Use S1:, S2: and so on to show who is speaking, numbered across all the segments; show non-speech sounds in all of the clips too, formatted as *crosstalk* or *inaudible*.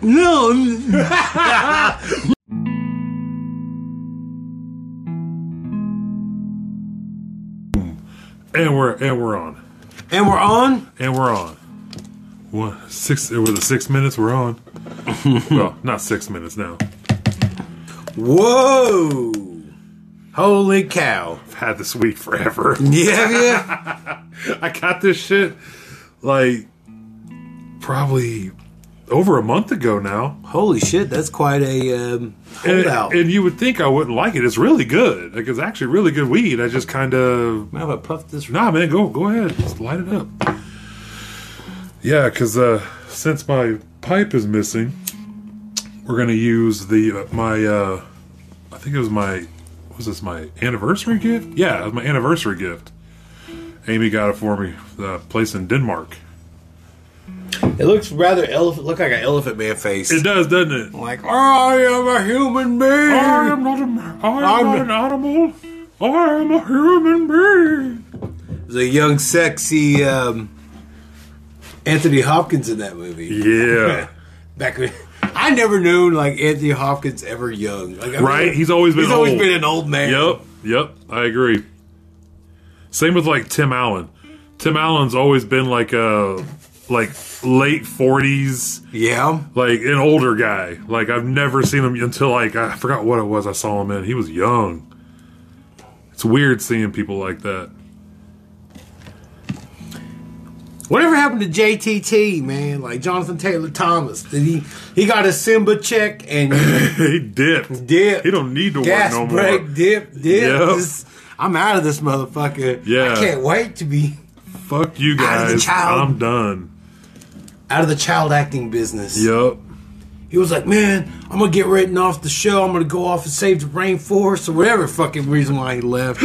S1: No.
S2: And we're and we're on.
S1: And we're on.
S2: And we're on. One six it was a six minutes, we're on. well, not six minutes now.
S1: Whoa. Holy cow.
S2: I've had this week forever. *laughs*
S1: Yeah, yeah.
S2: I got this shit like probably over a month ago now.
S1: Holy shit, that's quite a um,
S2: And,
S1: holdout.
S2: and you would think I wouldn't like it. It's really good. Like it's actually really good weed. I just kind of
S1: Man, have I puffed this?
S2: Nah, man, go go ahead, just light it up. Yeah, because uh, since my pipe is missing, we're gonna use the uh, my uh, I think it was my was this my anniversary gift? Yeah, it was my anniversary gift. Amy got it for me. The place in Denmark.
S1: It looks rather elephant. Look like an elephant man face.
S2: It does, doesn't it?
S1: like I am a human being.
S2: I am not a ma- I am
S1: I'm-
S2: not an animal. I am a human being.
S1: There's a young, sexy um, Anthony Hopkins in that movie.
S2: Yeah.
S1: Back when *laughs* I never knew like Anthony Hopkins ever young. Like, I mean,
S2: Right? He's always been
S1: he's always
S2: old.
S1: been an old man.
S2: Yep, yep, I agree. Same with like Tim Allen. Tim Allen's always been like a like late forties,
S1: Yeah.
S2: like an older guy. Like I've never seen him until like I forgot what it was I saw him in. He was young. It's weird seeing people like that. *laughs*
S1: Whatever happened to JTT man? Like Jonathan Taylor Thomas? Did he he got a Simba check and
S2: *coughs* he dipped.
S1: Dipped.
S2: He don't need to
S1: gas
S2: work no
S1: break
S2: more.
S1: dip dip?
S2: Yep.
S1: Just- I'm out of this motherfucker.
S2: Yeah.
S1: I can't wait to be
S2: Fuck you
S1: Out of the
S2: guys.
S1: child.
S2: I'm done.
S1: out of the child acting business.
S2: Yep.
S1: He was like, "Man, I'm gonna get written off the show. I'm gonna go off and save the rainforest or whatever fucking reason why he
S2: *laughs*
S1: left."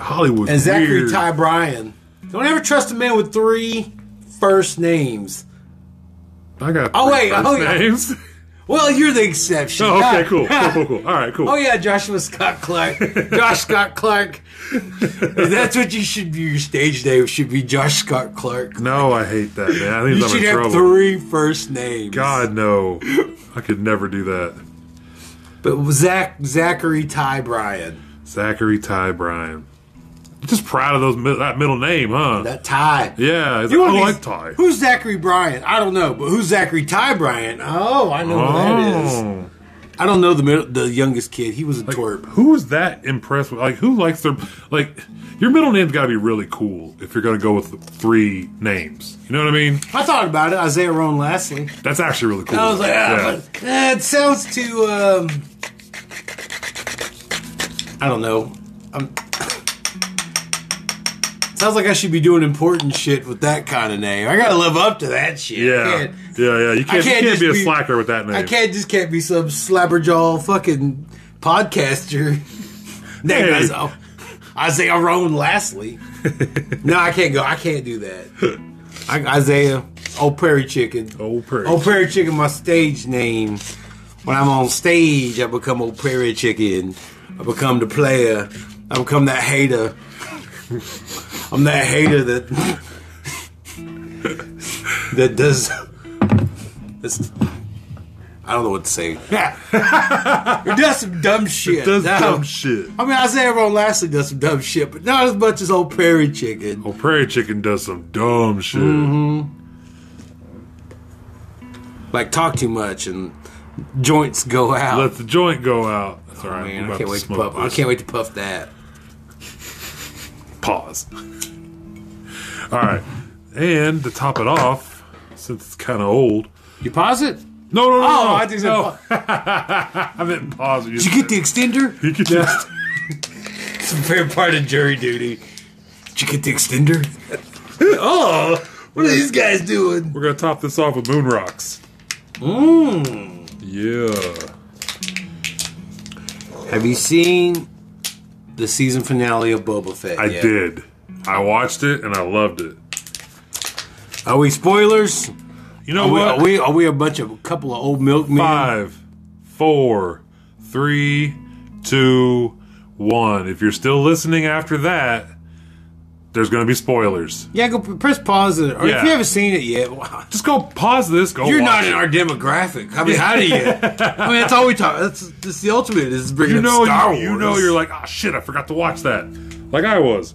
S2: Hollywood.
S1: And Zachary
S2: weird.
S1: Ty Bryan. Don't ever trust a man with three first names.
S2: I got.
S1: Oh,
S2: three
S1: wait,
S2: first
S1: oh, yeah. *laughs*
S2: names. *laughs*
S1: Well, you're the exception.
S2: Oh, okay,
S1: God.
S2: cool, cool,
S1: *laughs*
S2: cool, cool. All right, cool.
S1: Oh yeah, Joshua Scott Clark. Josh Scott Clark. That's what you should be. Your stage name should be Josh Scott Clark.
S2: No, I hate that, man. I think
S1: You
S2: I'm
S1: should
S2: in
S1: have
S2: trouble.
S1: three first names.
S2: God, no. I could never do that.
S1: But Zach Zachary Ty Bryan.
S2: Zachary Ty Bryan. You're just proud of those mid- that middle name, huh?
S1: That Ty.
S2: yeah. It's
S1: You
S2: like,
S1: wanna
S2: oh,
S1: be-
S2: I like Ty.
S1: Who's Zachary Bryan? I don't know, but who's Zachary Ty Bryan? Oh, I know who that is.
S2: Oh.
S1: I don't know the middle, the youngest kid. He was a twerp.
S2: Who is that impressed with? Like, who likes their. Like, your middle name's got to be really cool if you're going to go with three names. You know what I mean?
S1: I thought about it. Isaiah Rowan Lastly.
S2: That's actually really cool.
S1: I was like, ah,
S2: Yeah.
S1: but, eh, it sounds too. Um, I don't know. Um sounds like I should be doing important shit with that kind of name. I gotta live up to that shit. I
S2: yeah.
S1: can't-
S2: Yeah, yeah. You can't, you
S1: can't
S2: can't
S1: just
S2: be a
S1: be-
S2: slacker with that name.
S1: I can't just can't be some slabberjaw fucking podcaster. *laughs* Name
S2: Hey.
S1: myself. Isaiah Roan Lastly.
S2: *laughs*
S1: no, I can't *laughs* go. I can't do that. I, Isaiah, old prairie chicken.
S2: Old Prairie
S1: Old prairie chicken. My stage name. When I'm on stage, I become old prairie chicken. I become the player. I become that hater. I'm that hater that that does. That's, I don't know what to say. *laughs* It does some dumb shit.
S2: Does
S1: No.
S2: dumb shit.
S1: I mean, Isaiah Ron Lastly does some dumb shit, but not as much as old Prairie Chicken.
S2: Well, Prairie Chicken does some dumb shit.
S1: Mm-hmm. Like talk too much and joints go out.
S2: Let the joint go out. That's all right.
S1: Oh, Man,
S2: We're
S1: I
S2: about
S1: can't wait to
S2: smoke
S1: puff. I
S2: this.
S1: can't wait to puff that.
S2: Pause. *laughs* all right. And to top it off, since it's kind of old.
S1: You pause it?
S2: No, no, no.
S1: Oh,
S2: no,
S1: I just said
S2: no.
S1: pause.
S2: *laughs* I meant pause.
S1: Did you get the extender?
S2: *laughs* You could just.
S1: *laughs* It's a favorite part of jury duty. Did you get the extender? *laughs* oh, what are these guys doing?
S2: We're gonna top this off with moon rocks.
S1: Mm.
S2: Yeah.
S1: Have you seen the season finale of Boba Fett?
S2: I
S1: yet?
S2: did. I watched it and I loved it.
S1: Are we spoilers?
S2: You know
S1: Are Oh, we,
S2: what?
S1: are we are we a bunch of a couple of old milkmen?
S2: Five, four, three, two, one. If you're still listening after that, There's going to be spoilers.
S1: Yeah, go p- press pause. It, or
S2: Yeah.
S1: if you haven't seen it yet, wow.
S2: Just go pause this. Go.
S1: You're not
S2: watch it.
S1: in our demographic. I mean, how do you? *laughs* I mean, that's all we talk. That's, that's the ultimate. Is bringing up
S2: You know,
S1: Star
S2: you, you know,
S1: Wars.
S2: you're like, oh shit, I forgot to watch that. Like I was.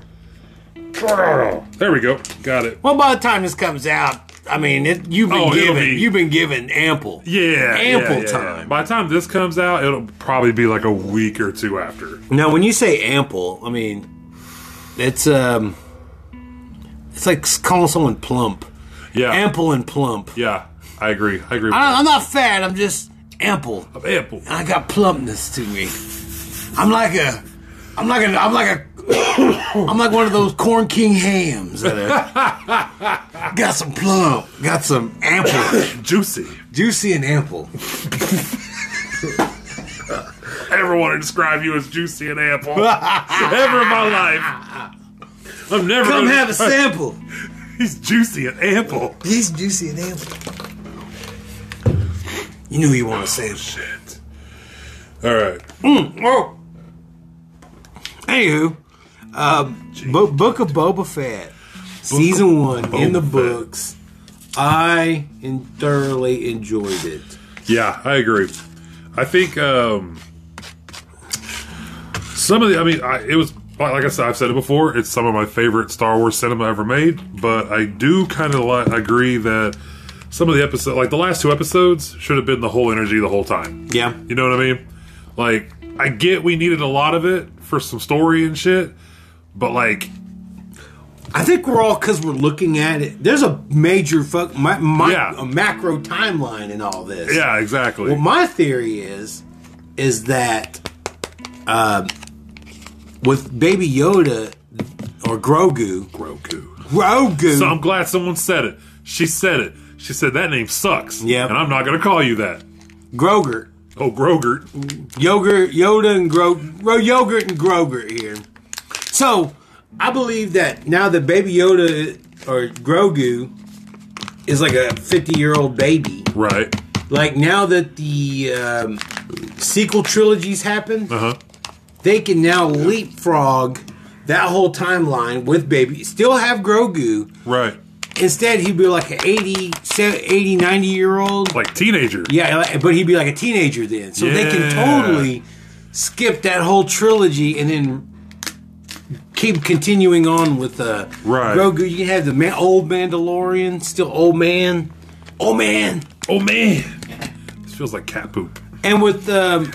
S2: There we go. Got it.
S1: Well, by the time this comes out, I mean, it, you've been
S2: Oh, it'll
S1: given.
S2: be-
S1: You've been given ample.
S2: Yeah.
S1: ample
S2: yeah, yeah,
S1: time.
S2: yeah. By the time this comes out, it'll probably be like a week or two after.
S1: Now, when you say ample, I mean it's um, it's like calling someone plump.
S2: Yeah.
S1: Ample and plump.
S2: yeah. I agree. I agree. With
S1: I, I'm not fat. I'm just ample.
S2: that. Ample.
S1: I got plumpness to me. I'm like a, I'm like a, I'm like a, *coughs* I'm like one of those corn king hams. that are-
S2: *laughs*
S1: got some plump. Got some ample,
S2: Juicy.
S1: juicy and ample.
S2: I never want to describe you as juicy and ample. *laughs* Ever in my life. I'm never
S1: Come
S2: gonna-
S1: have a sample.
S2: He's juicy and ample.
S1: He's juicy and ample. You knew you want to sample.
S2: Shit. All right.
S1: Oh. Anywho, uh, Bo- Book of Boba Fett, season one in the
S2: Boba Fett.
S1: books. I en- thoroughly enjoyed it.
S2: Yeah, I agree. I think um, some of the. I mean, I, it was like I said. I've said it before. It's some of my favorite Star Wars cinema ever made. But I do kind of like agree that some of the episode, like the last two episodes, should have been the whole energy the whole time.
S1: Yeah,
S2: You know what I mean? Like, I get we needed a lot of it for some story and shit, but like,
S1: I think we're all because we're looking at it. There's a major fuck, my, my,
S2: Yeah.
S1: a macro timeline in all this.
S2: yeah, exactly. *laughs*
S1: Well, my theory is, is that uh, with Baby Yoda or Grogu,
S2: Grogu.
S1: Grogu.
S2: So I'm glad someone said it. She said it. She said that name sucks.
S1: Yep.
S2: And I'm not gonna call you that.
S1: Groger.
S2: Oh, Grogert.
S1: yogurt, Yoda and Gro, Ro- yogurt and Groger here. So I believe that now that Baby Yoda or Grogu is like a 50 year old baby,
S2: Right.
S1: like now that the um, sequel trilogies happen,
S2: Uh huh.
S1: they can now leapfrog that whole timeline with Baby, still have Grogu.
S2: Right.
S1: Instead, he'd be like an 80, 80 90 year old.
S2: Like teenager.
S1: Yeah, like- but he'd be like a teenager then. So they can
S2: Yeah.
S1: totally skip that whole trilogy and then keep continuing on with uh,
S2: Right.
S1: Grogu. You can have the man, old Mandalorian, still old man, old man,
S2: Oh man. This feels like cat poop.
S1: and with um,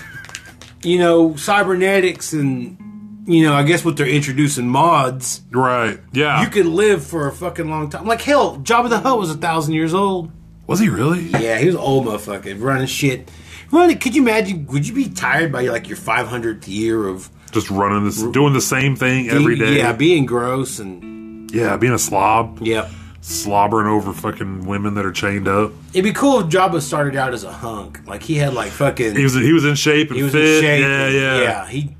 S1: you know cybernetics and you know I guess what they're introducing mods.
S2: Right. Yeah.
S1: You could live for a fucking long time. Like hell, Jabba the Hutt was a thousand years old.
S2: was he really?
S1: Yeah, he was an old motherfucker running shit. Running, could you imagine? Would you be tired by like your 500th year of
S2: Just running this, doing the same thing every day.
S1: Yeah, being gross and
S2: Yeah, Being a slob.
S1: yeah.
S2: Slobbering over fucking women that are chained up.
S1: It'd be cool if Jabba started out as a hunk, like he had like fucking
S2: He was he was in shape and
S1: he was
S2: fit.
S1: in shape.
S2: Yeah,
S1: and-
S2: yeah.
S1: yeah. He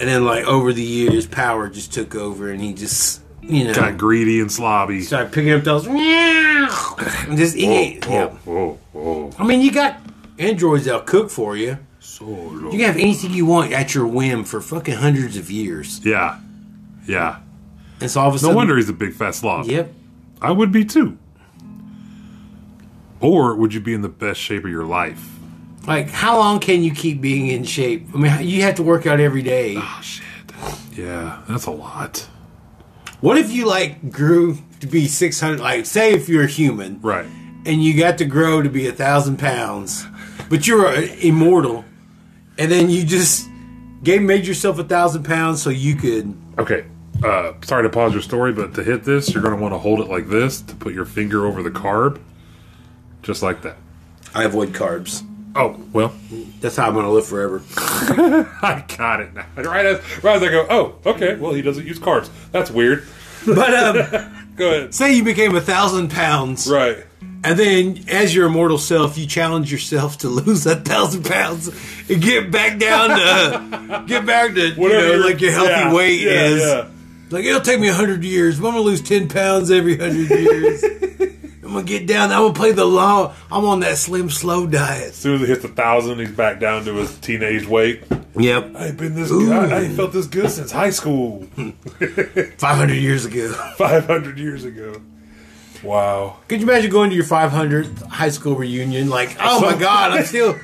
S1: and then like over the years, power just took over, and he just you know
S2: Got greedy and slobby.
S1: started picking up those meow, and just eat. Yeah.
S2: Oh, oh,
S1: I mean, you got androids that'll cook for you.
S2: Solo.
S1: You can have anything you want at your whim for fucking hundreds of years.
S2: Yeah. Yeah.
S1: And so all of a
S2: No
S1: sudden,
S2: wonder he's a big fat slob.
S1: Yep.
S2: I would be too. Or would you be in the best shape of your life?
S1: Like, how long can you keep being in shape? I mean, you have to work out every day.
S2: Oh shit. Yeah, that's a lot.
S1: What if you like grew to be six hundred? Like, say if you're a human,
S2: Right.
S1: and you got to grow to be a thousand pounds, but you're uh, immortal, and then you just gave made yourself a thousand pounds so you could.
S2: Okay. Uh, sorry to pause your story, but to hit this, you're going to want to hold it like this to put your finger over the carb, just like that.
S1: I avoid carbs.
S2: Oh well,
S1: That's how I'm gonna live forever.
S2: *laughs* I got it now. Right as right as I go, oh okay. Well, he doesn't use carbs. That's weird.
S1: But um,
S2: *laughs* Go ahead.
S1: say you became a thousand pounds,
S2: Right.
S1: and then as your immortal self, you challenge yourself to *laughs* lose a thousand pounds and get back down
S2: *laughs*
S1: to get back to
S2: Whatever.
S1: you know,
S2: your-
S1: like your healthy
S2: yeah,
S1: weight
S2: yeah,
S1: is.
S2: yeah.
S1: Like it'll take me hundred years, but I'm gonna lose ten pounds every hundred
S2: *laughs*
S1: years. I'm gonna get down. I'm gonna play the long. I'm on that slim slow diet.
S2: As soon as he hits a thousand, he's back down to his teenage weight.
S1: Yep.
S2: I ain't been this good. I, I ain't felt this good since
S1: *laughs*
S2: high school,
S1: 500 years ago.
S2: 500 years ago. Wow.
S1: Could you imagine going to your 500th high school reunion? Like, oh my God,
S2: *laughs*
S1: I'm still.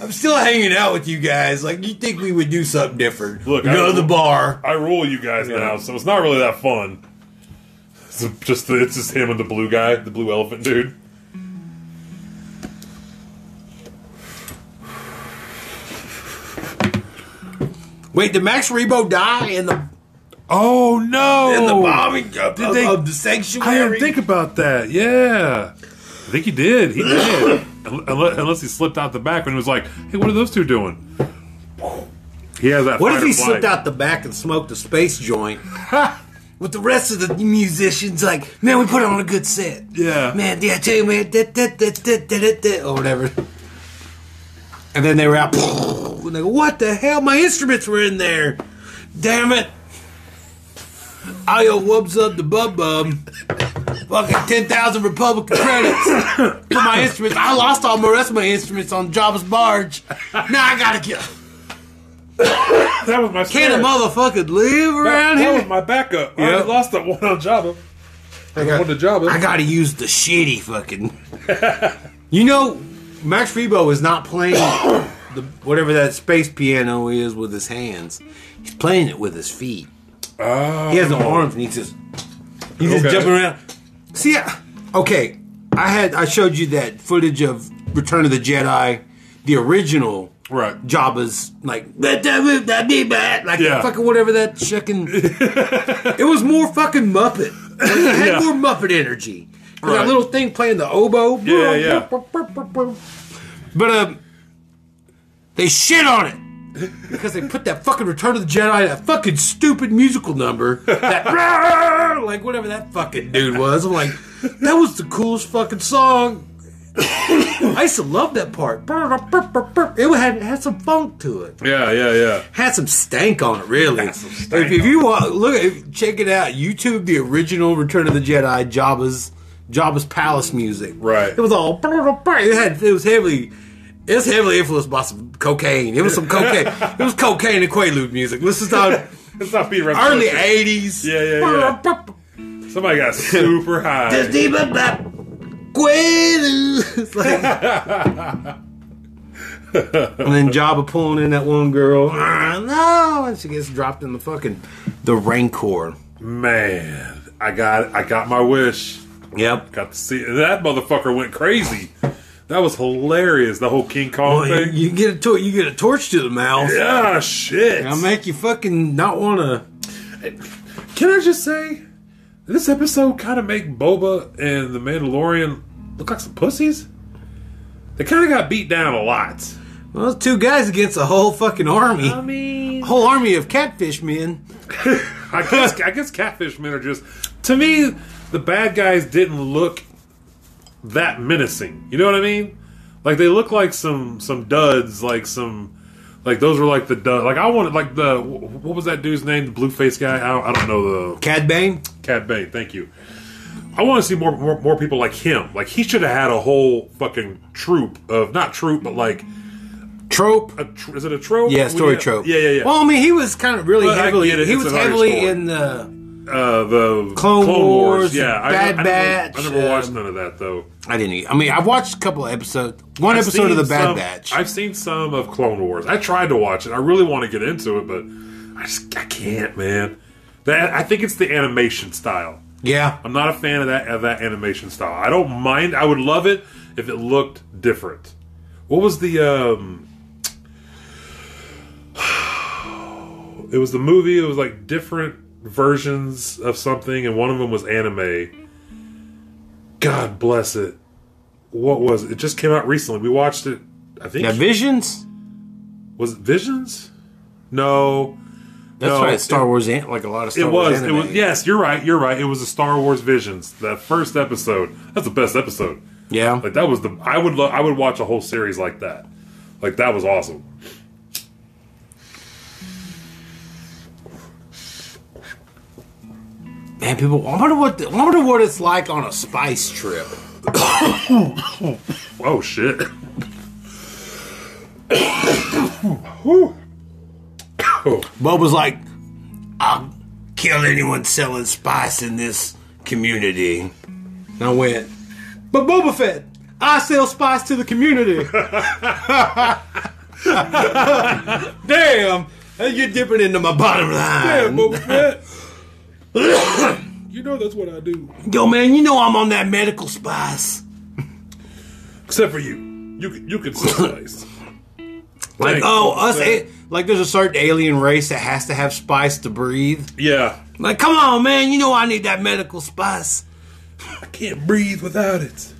S1: I'm still hanging out with you guys. Like, you think we would do something different?
S2: Look,
S1: we go
S2: I-
S1: to the bar.
S2: I rule you guys now, so it's not really that fun. It's just the, it's just him and the blue guy, the blue elephant dude.
S1: Wait, did Max Rebo die in the
S2: Oh no!
S1: in the bombing of,
S2: Did
S1: of-
S2: they-
S1: of the
S2: I
S1: sanctuary?
S2: didn't think about that. Yeah, I think he did.
S1: *coughs*
S2: He did. unless, unless he slipped out the back and was like, "Hey, what are those two doing?" He has that.
S1: What
S2: fight
S1: if
S2: or
S1: he
S2: flight. *laughs*
S1: slipped out the back and smoked a space joint? With the rest of the musicians, like, man, we put on a good set.
S2: Yeah.
S1: Man, yeah, I tell you, man, da, da, da, da, da, da, da, or whatever. And then they were out, *laughs* and they go, what the hell? My instruments were in there. Damn it. I owe Wubs Up the Bub Bub fucking 10,000 Republican credits for my instruments. I lost all the rest of my instruments on Java's Barge. Now I gotta get.
S2: That was my.
S1: Can a
S2: spare.
S1: motherfucker live
S2: That,
S1: around
S2: that
S1: here?
S2: was my backup. I
S1: Yeah.
S2: already lost that one on Java. I got, one to Java.
S1: I gotta use the shitty fucking. you know, Max Rebo is not playing *coughs* the whatever that space piano is with his hands. He's playing it with his feet.
S2: Oh.
S1: He has no arms, and he's just he's just
S2: Okay.
S1: jumping around. See, I- okay, I had I showed you that footage of Return of the Jedi, the original.
S2: Right.
S1: Jabba's like let that move that be bad like
S2: Yeah.
S1: fucking whatever that chicken. it was more fucking Muppet. Like, it had
S2: *laughs* Yeah.
S1: more Muppet energy. And
S2: Right.
S1: That little thing playing the oboe.
S2: Yeah, yeah.
S1: But um, they shit on it because they put that fucking Return of the Jedi, that fucking stupid musical number, that *laughs* like whatever that fucking dude was. I'm like, that was the coolest fucking song. *coughs* I used to love that part. It had it had some funk to it.
S2: Yeah, yeah, yeah.
S1: Had some stank on it, really.
S2: some
S1: If,
S2: stank
S1: if
S2: on
S1: you want, look, if, check it out. YouTube the original Return of the Jedi, Jabba's Jabba's palace music.
S2: Right.
S1: It was all. It had. It was heavily. It was heavily influenced by some cocaine. It was some
S2: *laughs*
S1: cocaine. it was cocaine and Quaalude music. This is the
S2: It's not being
S1: early
S2: revolutionary.
S1: '80s.
S2: Yeah, yeah, Somebody
S1: *laughs*
S2: got super high.
S1: Quaalude. *laughs* It's
S2: *laughs*
S1: like- and then Jabba pulling in that one girl. "Ah, No, and she gets dropped in the fucking the Rancor.
S2: Man, I got I got my wish.
S1: Yep.
S2: Got to see that motherfucker went crazy. That was hilarious. The whole King Kong
S1: Well,
S2: thing.
S1: you get a tor- you get a torch to the mouth.
S2: Yeah, shit.
S1: I'll make you fucking not want to.
S2: Can I just say, this episode kind of make Boba and the Mandalorian look like some pussies. They kind of got beat down a lot.
S1: Well, those two guys against a whole fucking army,
S2: I mean,
S1: whole army of catfish men.
S2: I guess I guess catfish men are just to me the bad guys didn't look that menacing. You know what I mean? Like they look like some some duds, like some like those were like the dud. Like I wanted like the wh- what was that dude's name? The blue face guy. I don't, I don't know the
S1: Cad Bane.
S2: Cad Bane. Thank you. I want to see more, more more people like him. Like he should have had a whole fucking troop of not troop, but like
S1: Trope.
S2: a tr- is it a trope?
S1: Yeah, story
S2: Yeah.
S1: trope.
S2: Yeah, yeah, yeah.
S1: Well, I mean, he was kind of really
S2: But I
S1: heavily.
S2: get it,
S1: He
S2: it's
S1: was
S2: an
S1: heavily
S2: origin story.
S1: in the.
S2: uh, the
S1: Clone Wars,
S2: Yeah, I-
S1: Bad
S2: I,
S1: Batch,
S2: Never, I never watched
S1: um,
S2: none of that though.
S1: I didn't. e, I mean, I've watched a couple of episodes. One
S2: I've
S1: episode of the
S2: seen
S1: Bad
S2: some-
S1: Batch.
S2: I've seen some of Clone Wars. I tried to watch it. I really want to get into it, but I just I can't, man. That I think it's the animation style.
S1: yeah.
S2: I'm not a fan of that of that animation style. I don't mind. I would love it if it looked different. What was the um? *sighs* It was the movie. It was like different versions of something, and one of them was anime. God bless it. What was it? It just came out recently. We watched it. I think
S1: Yeah. Visions.
S2: was it Visions. No,
S1: That's
S2: No,
S1: right. Star
S2: it-
S1: Wars. an- Like a lot of Star
S2: it
S1: Wars.
S2: was. It
S1: anime.
S2: was. Yes, you're right. You're right. It was the Star Wars Visions. That first episode. That's the best episode.
S1: Yeah.
S2: Like that was the I would love I would watch a whole series like that. Like that was awesome.
S1: Man, people I wonder what the, I wonder what it's like on a spice trip.
S2: *laughs* Oh shit. Cool.
S1: Bob was like, I'll kill anyone selling spice in this community. And I went, But Boba Fett, I sell spice to the
S2: *laughs*
S1: community. *laughs* Damn, you're dipping into my bottom line.
S2: *coughs* you know that's what I do.
S1: Yo, man, you know I'm on that medical spice.
S2: Except for you. You can, you can *coughs* sympathize.
S1: Like,
S2: Thanks,
S1: oh,
S2: Boba
S1: us,
S2: Fett.
S1: a- like there's a certain alien race that has to have spice to breathe.
S2: yeah.
S1: Like, come on, man, you know I need that medical spice.
S2: I can't breathe without it.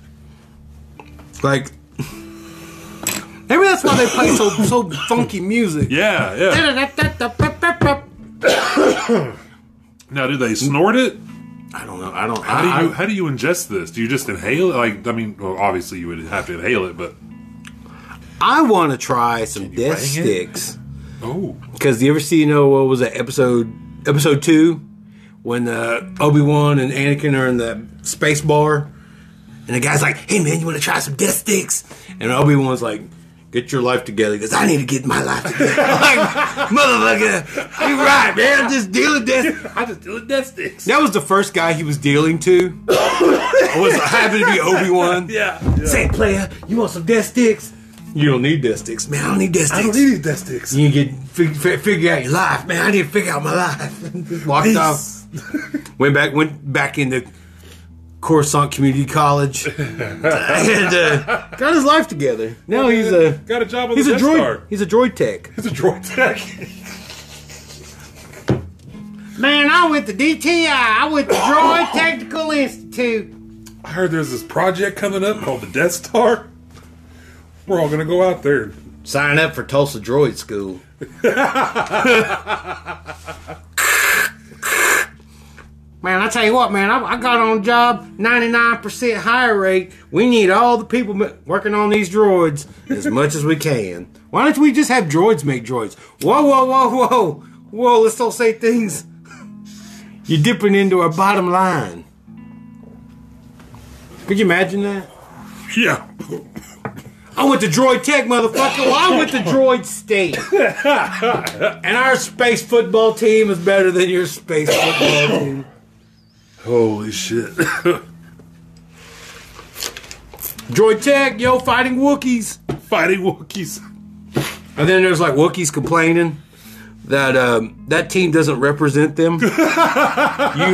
S1: Like *laughs* maybe that's why they play so so funky music.
S2: Yeah, yeah.
S1: I
S2: Now, do they snort it?
S1: don't know. I don't.
S2: How do
S1: I,
S2: you how do you ingest this? Do you just inhale it? Like, I mean, well, obviously you would have to inhale it, but
S1: I, want to try some death
S2: bang it?
S1: sticks
S2: oh,
S1: because you ever see you know what was that episode episode two when uh, Obi Wan and Anakin are in the space bar and the guy's like, "Hey man, you want to try some death sticks?" And Obi Wan's like. Get your life together because I need to get my life together. *laughs* like, motherfucker, you right, man. I'm just dealing death.
S2: *laughs* I just deal with death sticks.
S1: That was the first guy he was dealing to. was happened to be Obi Wan.
S2: *laughs*
S1: *laughs*
S2: Yeah,
S1: Say, player, you want some death sticks? You don't need death sticks, man. I don't need death sticks.
S2: I don't need any death sticks.
S1: you need to get fig- fi- figure out your life, man. I need to figure out my life. *laughs* Walked
S2: Peace.
S1: off. Went back. Went back into Coruscant Community College *laughs* and uh, got his life together. Now Oh, he's a
S2: Got a job on
S1: he's
S2: the
S1: a
S2: Death
S1: droid.
S2: Star.
S1: He's a droid tech.
S2: He's a droid *laughs* tech.
S1: *laughs* Man, I went to DTI. I went to *coughs* Droid Technical Institute.
S2: I heard there's this project coming up called the Death Star. We're all gonna go out there.
S1: Sign up for Tulsa Droid School. *laughs* man, I tell you what, man, I, I got on job 99% higher rate. We need all the people ma- working on these droids as much as we can. Why don't we just have droids make droids? Whoa, whoa, whoa, whoa. Whoa, let's don't say things. You're dipping into our bottom line. Could you imagine that?
S2: Yeah.
S1: I went to Droid Tech, motherfucker. Well, I went to Droid State. and our space football team is better than your space football team.
S2: Holy shit.
S1: Droid Tech, yo, fighting Wookiees.
S2: *laughs* Fighting Wookiees.
S1: And then there's like Wookiees complaining that um, that team doesn't represent them. you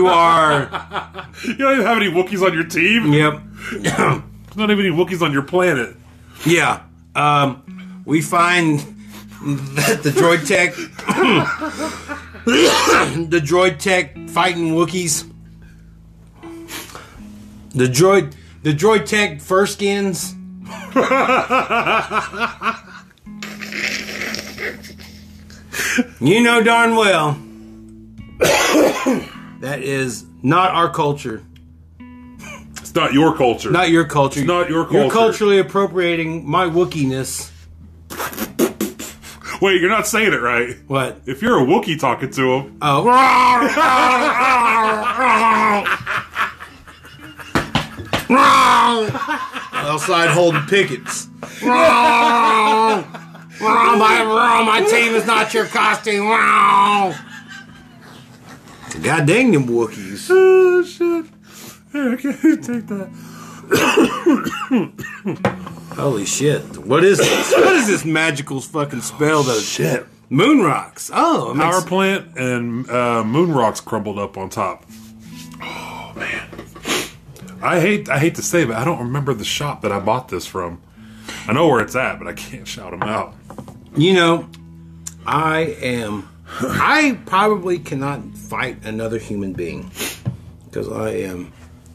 S1: are,
S2: You don't even have any Wookiees on your team.
S1: yep,
S2: There's not even any Wookiees on your planet.
S1: yeah. Um, we find that the Droid Tech, *coughs* the Droid Tech fighting Wookiees. The droid, the droid tech fur skins. you know darn well that is not our culture,
S2: It's not your culture.
S1: not your culture. It's
S2: not your
S1: You're
S2: culture.
S1: culturally appropriating my Wookiness.
S2: Wait, you're not saying it right.
S1: What?
S2: If you're a Wookiee talking to him,
S1: Oh. Outside holding pickets. Wrong, my, wrong, my team is not your costume. Wrong. God dang them Wookiees.
S2: oh shit. *laughs* Here, *laughs* I can't even take that.
S1: Holy shit. What is this? What is this magical fucking spell that
S2: Shit.
S1: moon rocks? Oh, it
S2: Power
S1: makes-
S2: plant and uh, moon rocks crumbled up on top. Oh man. I hate I hate to say, but I don't remember the shop that I bought this from. I know where it's at, but I can't shout them out.
S1: You know, I am. I probably cannot fight another human being because I am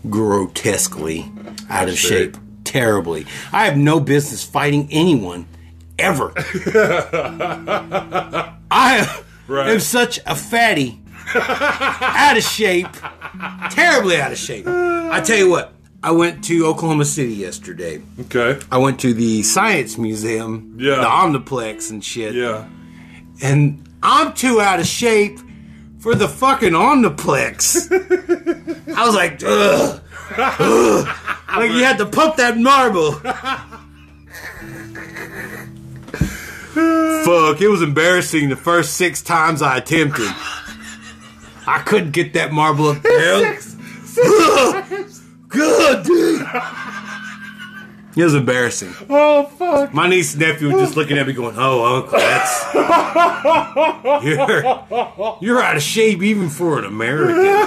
S1: grotesquely out of shape, terribly. I have no business fighting anyone *laughs* ever. I
S2: Right.
S1: am such a fatty, out of shape, terribly out of shape. I tell you what, I went to Oklahoma City yesterday.
S2: Okay.
S1: I went to the Science Museum,
S2: Yeah.
S1: the Omniplex and shit.
S2: Yeah.
S1: And I'm too out of shape for the fucking
S2: *laughs*
S1: Omniplex. I was like, ugh. ugh." Like you had to
S2: *laughs*
S1: pump that marble. fuck. It was embarrassing the first six times I attempted. I couldn't get that marble
S2: *laughs*
S1: up there. Good, dude. It was embarrassing.
S2: Oh fuck!
S1: My niece and nephew were just looking at me going, Oh, uncle,
S2: *laughs*
S1: that's. You're, you're out of shape even for an American.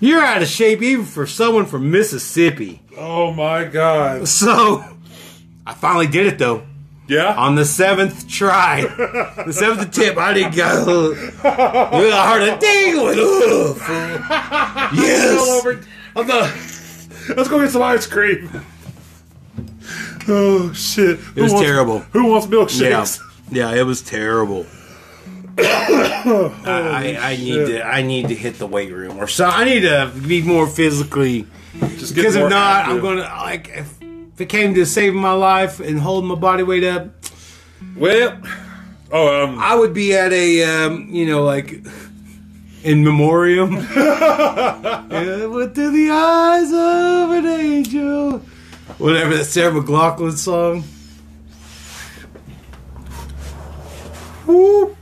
S1: You're out of shape even for someone from Mississippi.
S2: Oh my god!
S1: So, I finally did it though.
S2: Yeah.
S1: On the seventh try, the seventh tip, I didn't go. I heard a ding. I went,
S2: *laughs*
S1: "Ugh, fool."
S2: All
S1: Yes.
S2: over. I'm the. Let's go get some ice cream. Oh shit! It
S1: was terrible.
S2: Who wants
S1: Yeah.
S2: milkshakes?
S1: Yeah, it was
S2: *coughs*
S1: terrible. I, I, I need to. I need to hit the weight room or so. I need to be more physically.
S2: Just get
S1: Because if
S2: more
S1: not,
S2: active.
S1: I'm gonna like. If, if it came to saving my life and holding my body weight up,
S2: Well, oh um,
S1: I would be at a, um, you know, like *laughs* in
S2: *laughs*
S1: memoriam. Yeah, but through the eyes of an angel. Whatever that Sarah McLaughlin song. Whoop.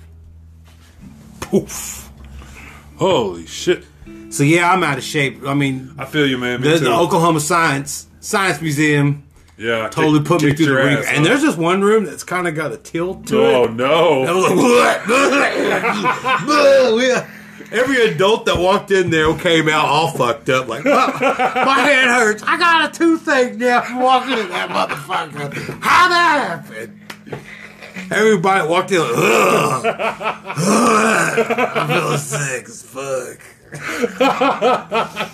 S1: Poof.
S2: holy shit!
S1: So yeah, I'm out of shape. I mean,
S2: I feel you, man. Me
S1: the,
S2: too.
S1: the Oklahoma Science Science Museum
S2: yeah,
S1: totally
S2: kick-
S1: put me
S2: kicked
S1: through the
S2: your
S1: ringer.
S2: ass,
S1: And
S2: huh?
S1: there's just one room that's kind of got a tilt to it.
S2: Oh no!
S1: *laughs* Every adult that walked in there came out all fucked up, like, "Well, my head hurts. I got a toothache now from walking in that motherfucker. How that happened? Everybody walked in, like,
S2: *laughs*
S1: ugh, ugh, I'm feeling sick as fuck.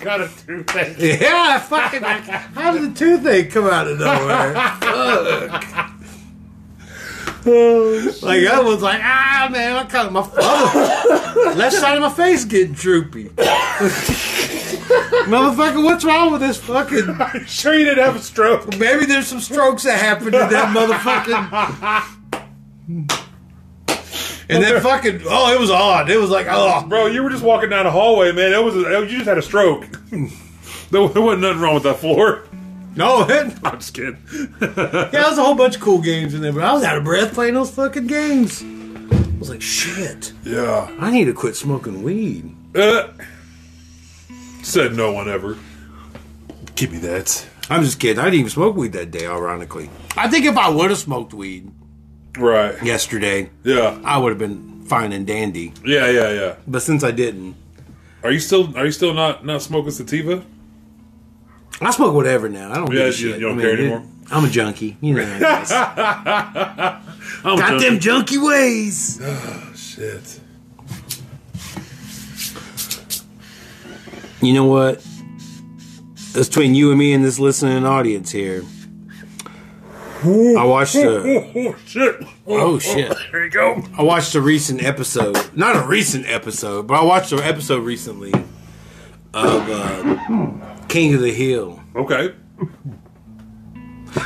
S2: Got a toothache.
S1: Yeah, I fucking, how did the toothache come out of nowhere?
S2: Oh,
S1: Like that one's like, ah man, I cut my oh, left side of my face getting droopy. Motherfucker, what's wrong with this fucking?
S2: *laughs* I'm sure you didn't have a stroke.
S1: Maybe there's some strokes that happened in that motherfucking. And that fucking oh, it was odd. It was like oh,
S2: Bro, you were just walking down the hallway, man. That was you just had a stroke. *laughs* there wasn't nothing wrong with that floor. *laughs*
S1: no, it, yeah,
S2: I'm just kidding. *laughs*
S1: there was a whole bunch of cool games in there, but I was out of breath playing those fucking games. I was like, shit,
S2: Yeah.
S1: I need to quit smoking weed.
S2: Uh, said no one ever. Give me that.
S1: I'm just kidding. I didn't even smoke weed that day, ironically. I think if I would have smoked weed
S2: Right.
S1: yesterday,
S2: Yeah.
S1: I would have been fine and dandy.
S2: Yeah. Yeah. Yeah.
S1: But since I didn't,
S2: Are you still Are you still not not smoking sativa?
S1: I smoke whatever now. I don't give
S2: Yeah,
S1: a
S2: you-
S1: shit.
S2: you don't
S1: I
S2: care anymore?
S1: it- I'm a junkie. You know, I
S2: *laughs*
S1: guess.
S2: I'm
S1: got
S2: done.
S1: them junkie ways.
S2: Shit.
S1: You know what? It's between you and me and this listening audience here. I watched a
S2: Oh, *laughs* oh shit.
S1: oh shit.
S2: *laughs* There you go.
S1: I watched a recent episode. Not a recent episode, but I watched an episode recently of uh, King of the Hill.
S2: Okay.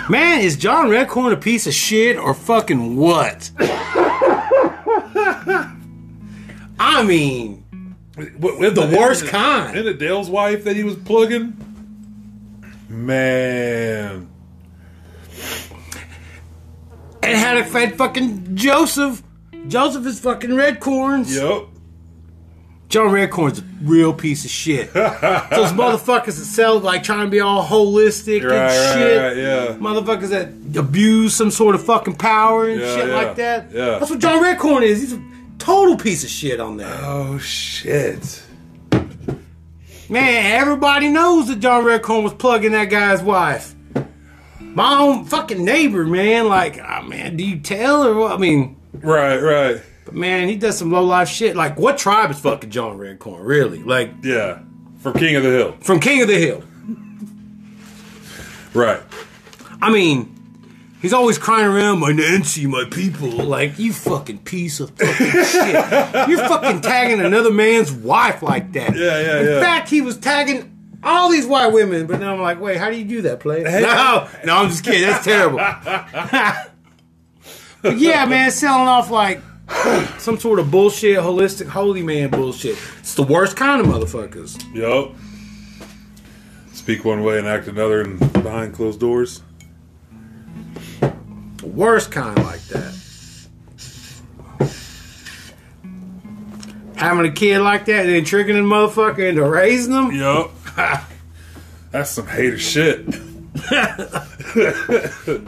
S1: Man, is John Redcorn a piece of shit or fucking what? I mean,
S2: What, with
S1: the worst
S2: and-
S1: kind.
S2: And the Dale's wife that he was plugging. Man.
S1: it had a fed fucking Joseph. Joseph is fucking Redcorns.
S2: Yep.
S1: John Redcorn's a real piece of
S2: *laughs*
S1: shit. Those motherfuckers that sell like trying to be all holistic
S2: Right, right,
S1: and shit.
S2: right, yeah.
S1: Motherfuckers that abuse some sort of fucking power and
S2: Yeah,
S1: shit
S2: yeah,
S1: like that.
S2: yeah.
S1: That's what John Redcorn is. He's a total piece of shit on that.
S2: *sighs* Oh shit.
S1: Man, everybody knows that John Redcorn was plugging that guy's wife. My own fucking neighbor, man. Like, ah, man, do you tell or what? I mean,
S2: Right, right.
S1: but man, he does some low life shit. Like, what tribe is fucking John Redcorn, really? Like,
S2: Yeah. From King of the Hill.
S1: from King of the Hill.
S2: Right.
S1: I mean, he's always crying around, my Nancy, my people. Like, you fucking piece of fucking
S2: *laughs*
S1: shit. You're fucking tagging another man's wife like that.
S2: Yeah, yeah,
S1: In
S2: yeah.
S1: fact, he was tagging all these white women, but now I'm like, wait, how do you do that, play? No, no, I'm just kidding. That's
S2: *laughs*
S1: terrible. but yeah, man, selling off like some sort of bullshit, holistic, holy man bullshit. It's the worst kind of motherfuckers.
S2: Yup. Speak one way and act another, and behind closed doors.
S1: The worst kind like that. Having a kid like that and then tricking the motherfucker into raising them.
S2: Yup. *laughs* That's some hater shit.
S1: *laughs*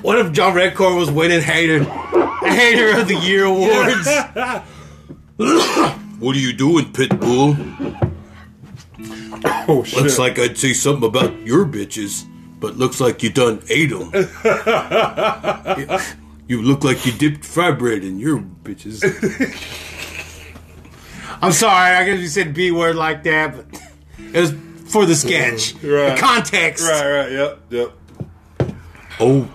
S1: What if John Redcorn was winning hater hater of the *laughs* year awards? *coughs* what are you doing, Pitbull?
S2: Oh shit.
S1: Looks like I'd say something about your bitches, but looks like you done ate them. *laughs* you look like you dipped fry bread in your bitches. *laughs* I'm sorry, I guess you said B word like that, but *laughs* it was for the *laughs* sketch,
S2: Right.
S1: the context.
S2: Right, right, yep, yep.
S1: Oh,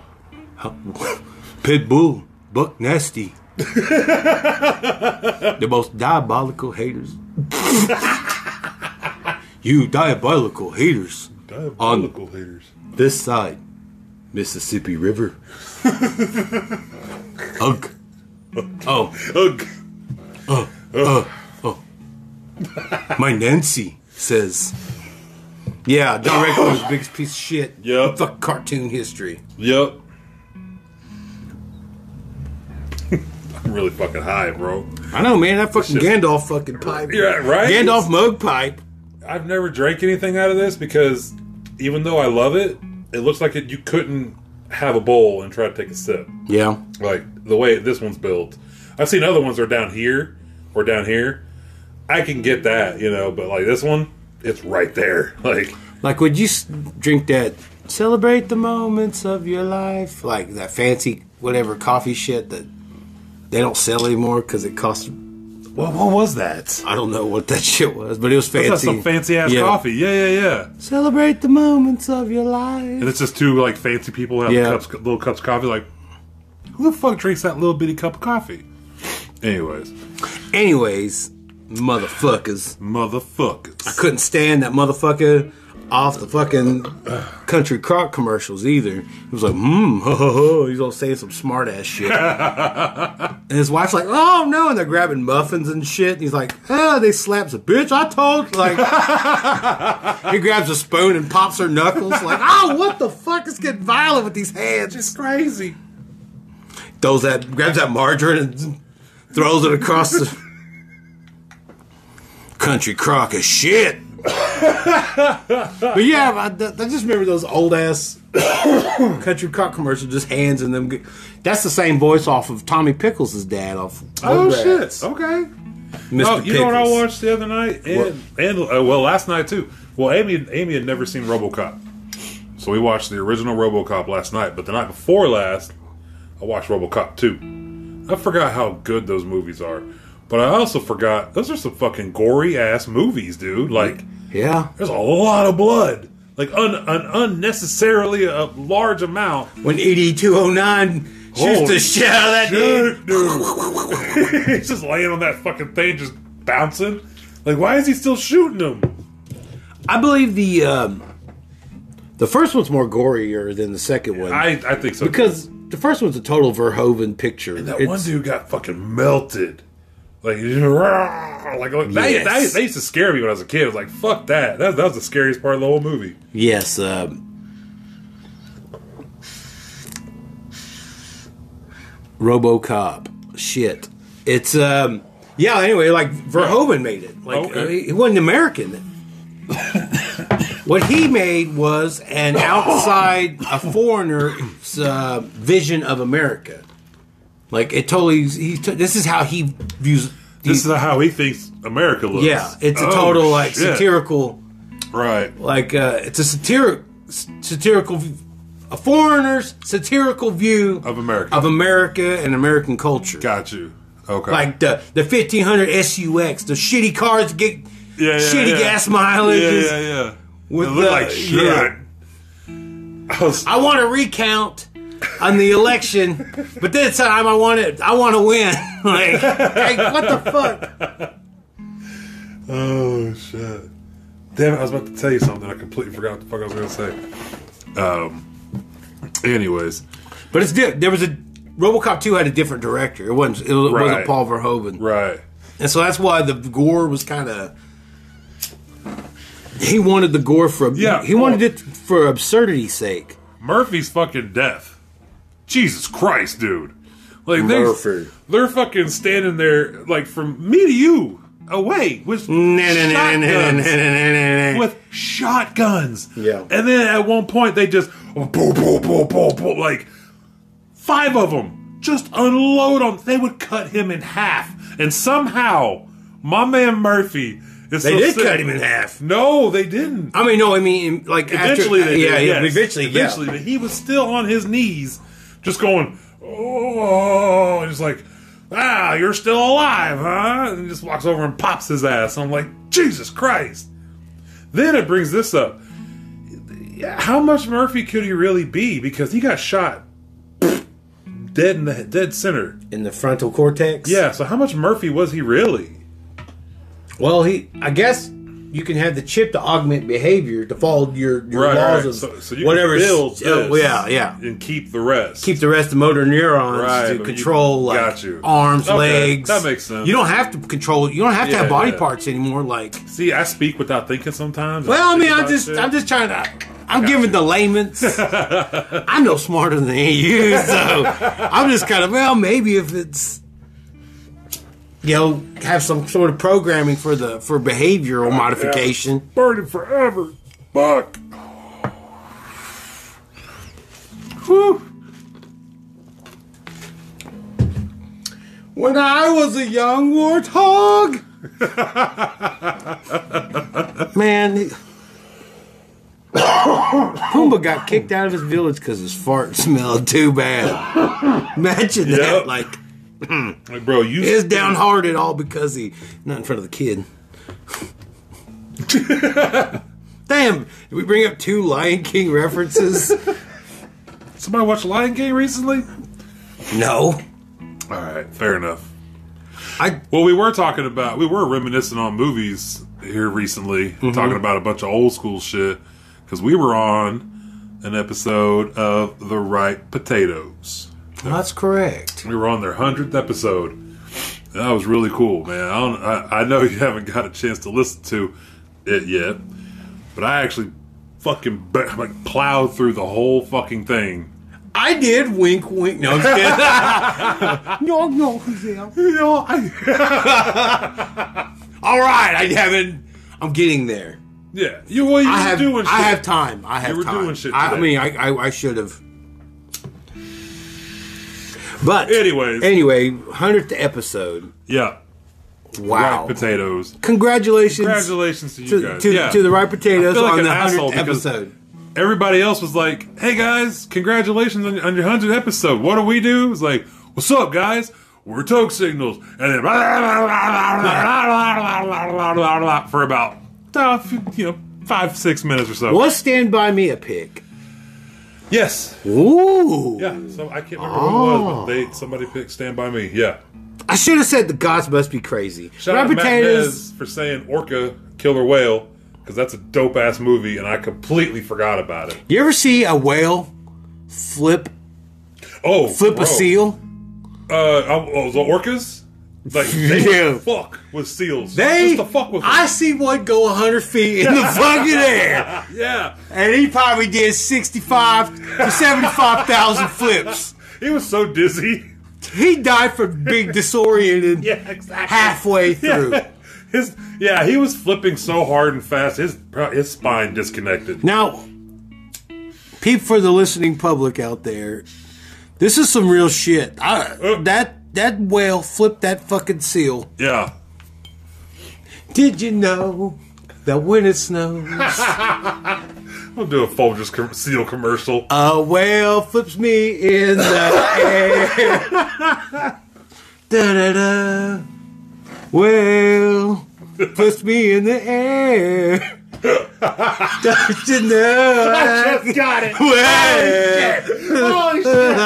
S1: Pitbull, Buck *laughs* Nasty. the most diabolical haters. *laughs* you diabolical haters.
S2: Diabolical haters.
S1: This side, Mississippi *laughs* River. Ugh. Oh,
S2: Ugh.
S1: my Nancy says. Yeah, John Redcorn was the biggest piece of shit.
S2: Yeah.
S1: Fuck cartoon history.
S2: Yep. *laughs* I'm really fucking high, bro.
S1: I know, man. That fucking Gandalf fucking pipe.
S2: Yeah, right?
S1: Gandalf mug pipe.
S2: I've never drank anything out of this because even though I love it, it looks like it, you couldn't have a bowl and try to take a sip.
S1: Yeah.
S2: Like the way this one's built. I've seen other ones that are down here or down here. I can get that, you know, but like this one, it's right there. *laughs* Like,
S1: Like, would you s- drink that? Celebrate the moments of your life, like that fancy whatever coffee shit that they don't sell anymore because it costs.
S2: what, what was that?
S1: I don't know what that *laughs* shit was, but it was fancy.
S2: That's some fancy ass
S1: Yeah.
S2: coffee. Yeah, yeah, yeah.
S1: Celebrate the moments of your life.
S2: And it's just two like fancy people having
S1: Yeah.
S2: cups, little cups of coffee. Like, who the fuck drinks that little bitty cup of coffee? Anyways,
S1: Anyways, motherfuckers,
S2: motherfuckers.
S1: couldn't stand that motherfucker off the fucking country crock commercials either. He was like, hmm, *laughs* ho ho ho. He's all saying some smart ass
S2: *laughs*
S1: shit. and his wife's like, oh no, and they're grabbing muffins and shit. And he's like, oh, they slaps a bitch. I told like he grabs a spoon and pops her knuckles. Like, oh, what the fuck is getting violent with these hands?
S2: It's crazy.
S1: throws that grabs that margarine and throws it across the country crock of shit. but yeah, I, I just remember those old ass country crock commercials, just hands in them. That's the same voice off of Tommy Pickles' dad off.
S2: Oh
S1: Rugrats.
S2: shit. Okay.
S1: Mr.
S2: Oh, you know what I
S1: Pickles.
S2: watched the other night, and and uh, well, last night too. Well, Amy Amy had never seen RoboCop, so we watched the original RoboCop last night. But the night before last, I watched RoboCop two. I forgot how good those movies are, but I also forgot those are some fucking gory ass movies, dude. Like
S1: Yeah,
S2: there's a lot of blood, like un, an unnecessarily a large amount.
S1: when ED two hundred nine shoots
S2: Holy
S1: the shit out of that dude.
S2: Dude, dude. *laughs* he's just laying on that fucking thing, just bouncing. Like, why is he still shooting him?
S1: I believe the um, the first one's more gorier than the second one.
S2: I, I think so.
S1: Because the first one's a total Verhoeven picture.
S2: that
S1: It's-
S2: one dude got fucking melted. Like, *laughs* he just, "Rah!" like, like that,
S1: Yes.
S2: that, that used to scare me when I was a kid. I was like, fuck that. that. That was the scariest part of the whole movie.
S1: Yes. Um, RoboCop. Shit. It's um. Yeah. Anyway, like Verhoeven made it. Like
S2: Okay.
S1: uh, he he wasn't American. what he made was an outside, a foreigner's uh, vision of America. Like it totally. He, t- this is how he views.
S2: This is how he thinks America looks.
S1: yeah, it's a
S2: Oh,
S1: total like
S2: shit.
S1: satirical
S2: Right.
S1: like uh, it's a satiric satirical v- a foreigner's satirical view
S2: Of America.
S1: of America and American culture.
S2: Got you. Okay.
S1: Like the the fifteen hundred SUX, the shitty cars get
S2: yeah, yeah,
S1: shitty
S2: yeah.
S1: gas
S2: Yeah,
S1: mileage.
S2: yeah, yeah.
S1: with
S2: it looked
S1: the-
S2: like shit.
S1: yeah.
S2: I was,
S1: I want a recount on the election, but this time I want it. I want to win. *laughs* like, like, what the fuck?
S2: oh, shit. Damn it, I was about to tell you something. I completely forgot what the fuck I was going to say. Um, anyways,
S1: But it's di- there was a RoboCop 2 had a different director. It wasn't it was,
S2: Right.
S1: not Paul Verhoeven,
S2: right.
S1: and so that's why the gore was kind of. He wanted the gore for
S2: Yeah,
S1: He wanted it for absurdity's sake.
S2: Murphy's fucking death. Jesus Christ, dude. Like they,
S1: Murphy.
S2: they're fucking standing there like from me to you away with shotguns.
S1: With
S2: With shotguns.
S1: Yeah.
S2: And then at one point they just oh, boom, boom, boom, boom, boom, like five of them just unload on. They would cut him in half, and somehow my man Murphy is.
S1: they
S2: so
S1: did
S2: sick-
S1: cut him in half.
S2: No, they didn't.
S1: I mean, no, I mean, like after- uh,
S2: Eventually, they
S1: yeah,
S2: did,
S1: yeah,
S2: yes.
S1: eventually,
S2: eventually,
S1: yeah.
S2: but he was still on his knees, just going, "Oh," he's like, "Ah, you're still alive, huh?" And he just walks over and pops his ass. I'm like, Jesus Christ! Then it brings this up: how much Murphy could he really be? Because he got shot dead in the dead center.
S1: In the frontal cortex.
S2: Yeah, so how much Murphy was he really?
S1: Well, he. I guess you can have the chip to augment behavior to follow your, your
S2: Right,
S1: laws
S2: right.
S1: of
S2: So, so you
S1: whatever.
S2: can build
S1: oh,
S2: this
S1: yeah, yeah.
S2: and keep the rest.
S1: Keep the rest of motor neurons
S2: Right, but
S1: to
S2: you-
S1: control like
S2: got you.
S1: arms,
S2: Okay,
S1: legs.
S2: that makes sense.
S1: You don't have to control. You don't have to
S2: Yeah,
S1: have body
S2: yeah.
S1: parts anymore. Like,
S2: See, I speak without thinking sometimes.
S1: well, I
S2: think
S1: mean, I'm
S2: about
S1: just,
S2: shit.
S1: I'm just trying to. I'm giving the
S2: *laughs*
S1: layman's. I'm no smarter than you, so I'm just kind of well, maybe if it's. You know, have some sort of programming for the for behavioral modification.
S2: burning forever. Fuck. Whew.
S1: When I was a young warthog. *laughs* Man. Pumbaa got kicked out of his village because his fart smelled too bad. Imagine
S2: Yep.
S1: that. Like,
S2: Like, bro, you
S1: is downhearted all because he. Not in front of the kid. Damn, did we bring up two Lion King references?
S2: somebody watch Lion King recently?
S1: no.
S2: All right, fair enough.
S1: I
S2: Well, we were talking about we were reminiscing on movies here recently,
S1: Mm-hmm.
S2: talking about a bunch of old school shit because we were on an episode of The Right Potatoes.
S1: That's correct.
S2: We were on their hundredth episode. And That was really cool, man. I, don't, I I know *laughs* you haven't got a chance to listen to it yet, but I actually fucking ba- *laughs* like plowed through the whole fucking thing.
S1: I did wink, wink. No, I'm just
S2: *laughs*
S1: kidding. no, no, yeah.
S2: You know, I,
S1: *laughs* All right, I haven't. I'm getting there.
S2: yeah, you well, you
S1: I
S2: were
S1: have.
S2: doing shit.
S1: I have time. I have
S2: were
S1: time.
S2: doing shit
S1: I, I
S2: today.
S1: mean, I, I, I should have. But
S2: Anyways.
S1: anyway, hundredth episode.
S2: yeah,
S1: Wow!
S2: right potatoes.
S1: Congratulations,
S2: Congratulations to you
S1: to,
S2: guys.
S1: to,
S2: yeah.
S1: to the right potatoes
S2: I feel like
S1: on
S2: an
S1: the
S2: asshole
S1: hundredth
S2: because-
S1: episode.
S2: Everybody else was like, "Hey guys, congratulations on, on your hundredth episode. What do we do?" It was like, "What's up, guys? We're Toke Signals," and then *laughs* for about uh, you know five six minutes or so.
S1: Was Stand by Me a pick?
S2: Yes.
S1: Ooh! Oh.
S2: Yeah. So I can't remember who it was, but they somebody picked "Stand by Me." Yeah.
S1: I should have said the gods must be crazy.
S2: Shout
S1: right
S2: out Matt
S1: potatoes.
S2: Nez for saying "Orca Killer Whale" because that's a dope ass movie, and I completely forgot about it.
S1: You ever see a whale flip
S2: Oh,
S1: flip
S2: bro.
S1: a seal?
S2: Uh, oh, the orcas? Like,
S1: *laughs*
S2: they
S1: Yeah.
S2: fuck with seals.
S1: They,
S2: Just to fuck with them.
S1: I see one go 100 feet in the fucking air,
S2: yeah.
S1: and he probably did 65 to 75,000 flips.
S2: He was so dizzy. *laughs*
S1: He died from being disoriented
S2: exactly. *laughs*
S1: halfway through.
S2: His, yeah, he was flipping so hard and fast, his his spine disconnected.
S1: Now, peep for the listening public out there. This is some real shit.
S2: Uh.
S1: I, that that whale flipped that fucking seal.
S2: Yeah.
S1: Did you know that when it snows,
S2: I'll do a Folgers com- seal commercial.
S1: a whale flips me in the air? da da da. Whale flips me in the air. Don't you know?
S2: just got
S1: *laughs*
S2: it.
S1: Whale.
S2: Holy shit.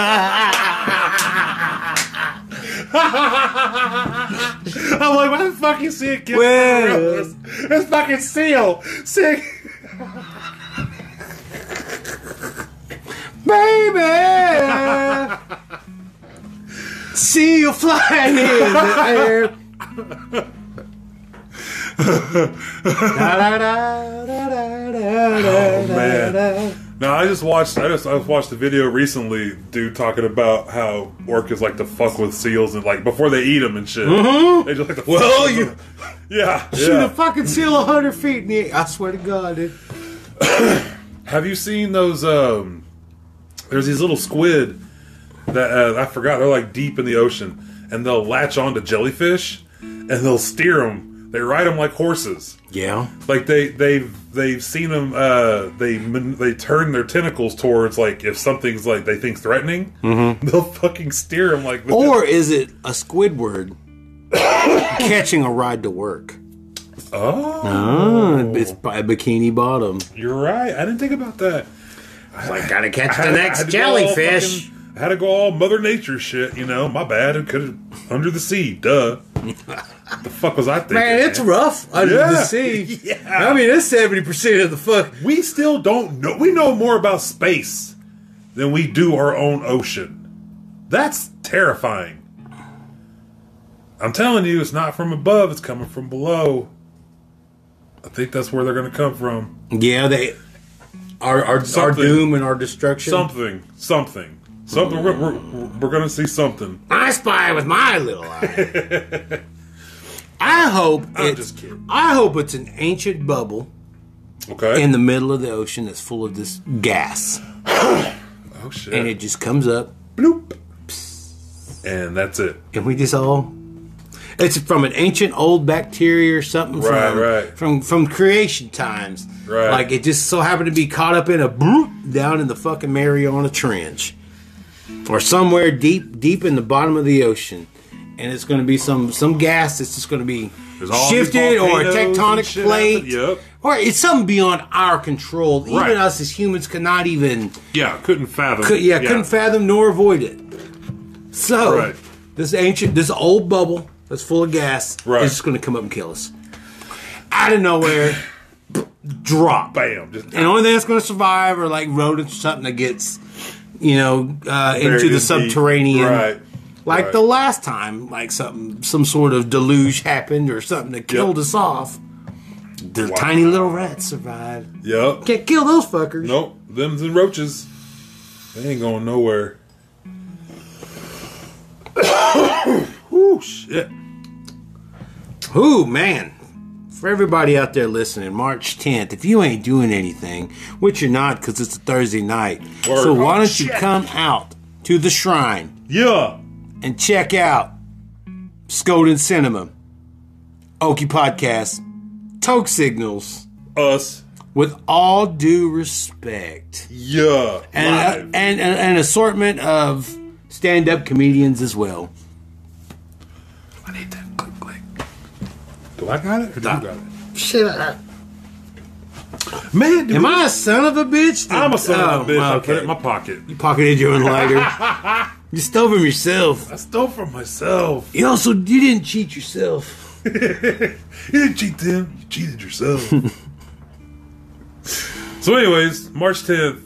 S2: *laughs* I'm like, why the fuck you see it?
S1: Well-
S2: Well, it's fucking seal. See,
S1: Baby! See you flying in the air.
S2: Oh, man. No, I just watched. I just I watched the video recently, dude, talking about how orcas like to fuck with seals and like before they eat them and shit. They just like to fuck
S1: Mm-hmm. Well,
S2: with
S1: you-
S2: them. *laughs*
S1: *laughs*
S2: yeah,
S1: Shoot
S2: yeah.
S1: a fucking seal a hundred feet in the air. I swear to God, dude.
S2: Have you seen those? um There's these little squid that uh, I forgot. They're like deep in the ocean, and they'll latch onto jellyfish, and they'll steer them. They ride them like horses.
S1: Yeah.
S2: Like they they've they've seen them. Uh, they man- they turn their tentacles towards like if something's like they think's threatening, *laughs* they'll fucking steer them like. This.
S1: Or is it a Squidward catching a ride to work?
S2: oh,
S1: Uh, it's by Bikini Bottom.
S2: you're right. I didn't think about that.
S1: Like, gotta catch
S2: I had- I
S1: *laughs*
S2: had to go all fucking- I had to go all Mother Nature shit, you know. My bad. It could have under the sea. Duh. *laughs* the fuck was I thinking?
S1: Man, it's rough under
S2: Yeah.
S1: the sea.
S2: *laughs* Yeah.
S1: I mean, it's seventy percent of the fuck.
S2: we still don't know. We know more about space than we do our own ocean. That's terrifying. I'm telling you, it's not from above, it's coming from below. I think that's where they're going to come from.
S1: Yeah, they our our, our
S2: Something.
S1: doom and our destruction.
S2: Something, something, something. We're, we're, we're going to see something.
S1: I spy with my little eye.
S2: *laughs*
S1: I hope it's,
S2: just kidding.
S1: I hope it's an ancient bubble
S2: Okay.
S1: in the middle of the ocean that's full of this gas,
S2: oh shit.
S1: and it just comes up,
S2: Bloop. And that's it.
S1: and we just all. It's from an ancient old bacteria or something
S2: Right,
S1: from,
S2: right.
S1: from from creation times.
S2: Right.
S1: Like it just so happened to be caught up in a boop down in the fucking Mariana Trench. Or somewhere deep deep in the bottom of the ocean. And it's gonna be some some gas that's just gonna be
S2: There's all these
S1: shifted or a
S2: volcanoes and
S1: tectonic
S2: shit
S1: plate.
S2: happen- yep.
S1: Or it's something beyond our control. Even
S2: Right.
S1: us as humans cannot even
S2: Yeah, couldn't fathom.
S1: could, yeah, couldn't fathom nor avoid it. So
S2: Right.
S1: this ancient, this old bubble that's full of gas
S2: Right.
S1: is just going to come up and kill us out of nowhere. *clears throat* drop,
S2: Bam. Just
S1: and the only thing that's going to survive are like rodents or something that gets, you know, uh,
S2: buried
S1: into
S2: in
S1: the
S2: deep.
S1: subterranean.
S2: Right.
S1: Like
S2: Right.
S1: the last time, like something, some sort of deluge happened or something that killed us off. The
S2: Wow.
S1: tiny little rats survived.
S2: Yep.
S1: Can't kill those fuckers.
S2: Nope, them's and roaches. They ain't going nowhere. Whoo, shit.
S1: Ooh, man. For everybody out there listening, March 10th, if you ain't doing anything, which you're not because it's a Thursday night,
S2: Word.
S1: so why
S2: Oh,
S1: don't you
S2: shit.
S1: come out to the shrine
S2: Yeah.
S1: and check out Skoden Cinema, Okie Podcast, Toke Signals,
S2: Us.
S1: with all due respect,
S2: Yeah. Live.
S1: and, and, and an assortment of stand up comedians as well.
S2: I need that click click. Do I got it or do you got it?
S1: Shit, I-
S2: Man, dude,
S1: am I a son of a bitch?
S2: I'm a son of a
S1: Oh,
S2: bitch. I put
S1: okay.
S2: it in my pocket.
S1: You pocketed your own lighter. you stole from yourself.
S2: I stole from myself.
S1: You also you didn't cheat yourself.
S2: *laughs* You didn't cheat them. You cheated *laughs* yourself. so, anyways, March 10th.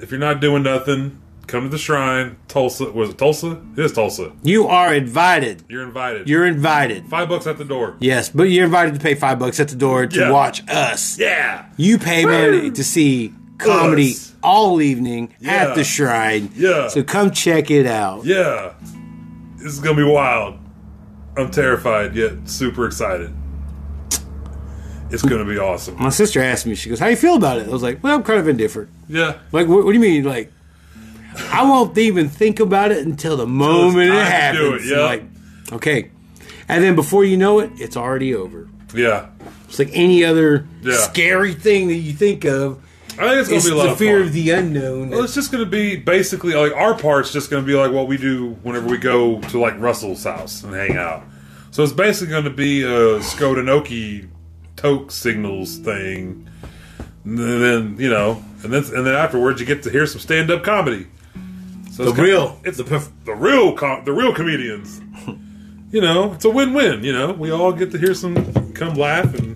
S2: If you're not doing nothing, come to the shrine. Tulsa was it Tulsa? It is Tulsa.
S1: You are invited.
S2: You're invited.
S1: You're invited.
S2: Five bucks at the door.
S1: Yes, but you're invited to pay five bucks at the door to
S2: Yeah.
S1: watch us.
S2: Yeah.
S1: You pay money
S2: Woo!
S1: to see comedy
S2: Us.
S1: all evening at
S2: Yeah.
S1: the shrine.
S2: Yeah.
S1: So come check it out.
S2: Yeah. This is going to be wild. I'm terrified yet super excited. It's going to be awesome.
S1: My sister asked me, she goes, How you feel about it? I was like, Well, I'm kind of indifferent.
S2: Yeah.
S1: Like, what, what do you mean? Like, I won't even think about it until the moment it
S2: time to do it,
S1: happens. I'm
S2: yeah.
S1: Like, okay. And then before you know it, it's already over.
S2: Yeah.
S1: It's like any other
S2: Yeah.
S1: scary thing that you think of.
S2: I think it's going
S1: It's
S2: to be a lot
S1: the
S2: of
S1: fear
S2: fun.
S1: of the unknown.
S2: Well, it's just going to be basically like our part's just going to be like what we do whenever we go to like Russell's house and hang out. So it's basically going to be a Skodanoki toke signals thing. And then, you know, and then, and then afterwards you get to hear some stand up comedy. So
S1: The
S2: it's kinda-
S1: real.
S2: it's the perf- the real com- the
S1: *laughs*
S2: real comedians. you know, it's a win-win. You know, we all get to hear some, come laugh and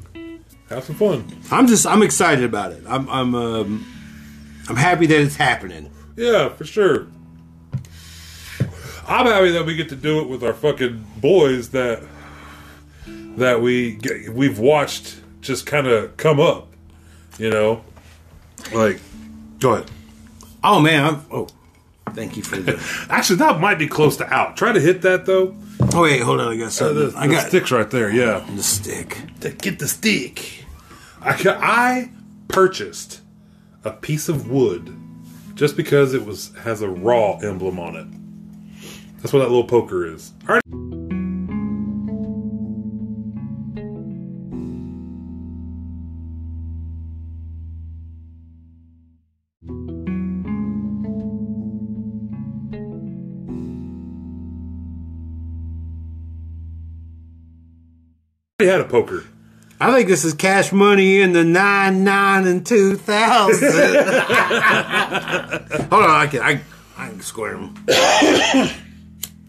S2: have some fun.
S1: I'm just I'm excited about it. I'm I'm um, I'm happy that it's happening.
S2: Yeah, for sure. I'm happy that we get to do it with our fucking boys that that we get, we've watched just kind of come up, you know. Like, go ahead.
S1: Oh man, I'm, oh thank you for
S2: *laughs*
S1: the
S2: Actually, that might be close to out. Try to hit that though.
S1: Oh wait, hold on, I got
S2: The,
S1: something.
S2: Uh, the
S1: I got
S2: sticks right there. Yeah,
S1: the stick.
S2: get the stick. I ca- I purchased a piece of wood just because it was has a raw emblem on it. That's what that little poker is. All right. I already had a poker.
S1: I think this is cash money in the nine nine and two
S2: *laughs*
S1: thousand. hold on, I can I I can square him.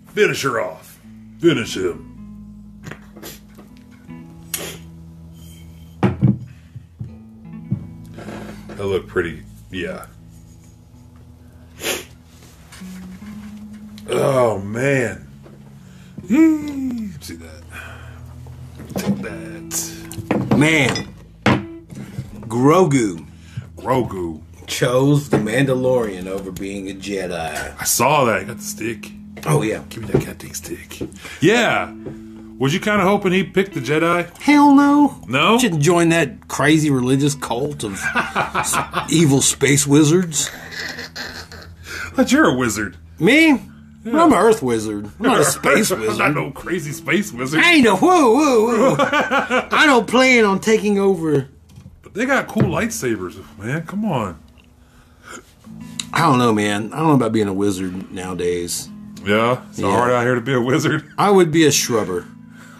S2: Finish her off. Finish him. That looked pretty. Yeah. Oh man. Yee. See that? Take that.
S1: Man, Grogu
S2: Grogu.
S1: chose the Mandalorian over being a Jedi.
S2: I saw that. I got the stick.
S1: Oh yeah,
S2: Give me that goddamn stick. Yeah. Was you kind of hoping he picked the Jedi?
S1: hell no.
S2: No.
S1: Shouldn't join that crazy religious cult of
S2: *laughs*
S1: s- evil space wizards.
S2: But you're a wizard.
S1: Me? I'm an earth wizard. I'm not a space
S2: *laughs* I'm not
S1: wizard.
S2: no crazy space wizard.
S1: I ain't a whoa, *laughs* whoa, whoa. I don't plan on taking over.
S2: But they got cool lightsabers, man. Come on.
S1: I don't know, man. I don't know about being a wizard nowadays.
S2: Yeah, it's
S1: Yeah.
S2: hard out here to be a wizard. *laughs*
S1: I would be a shrubber.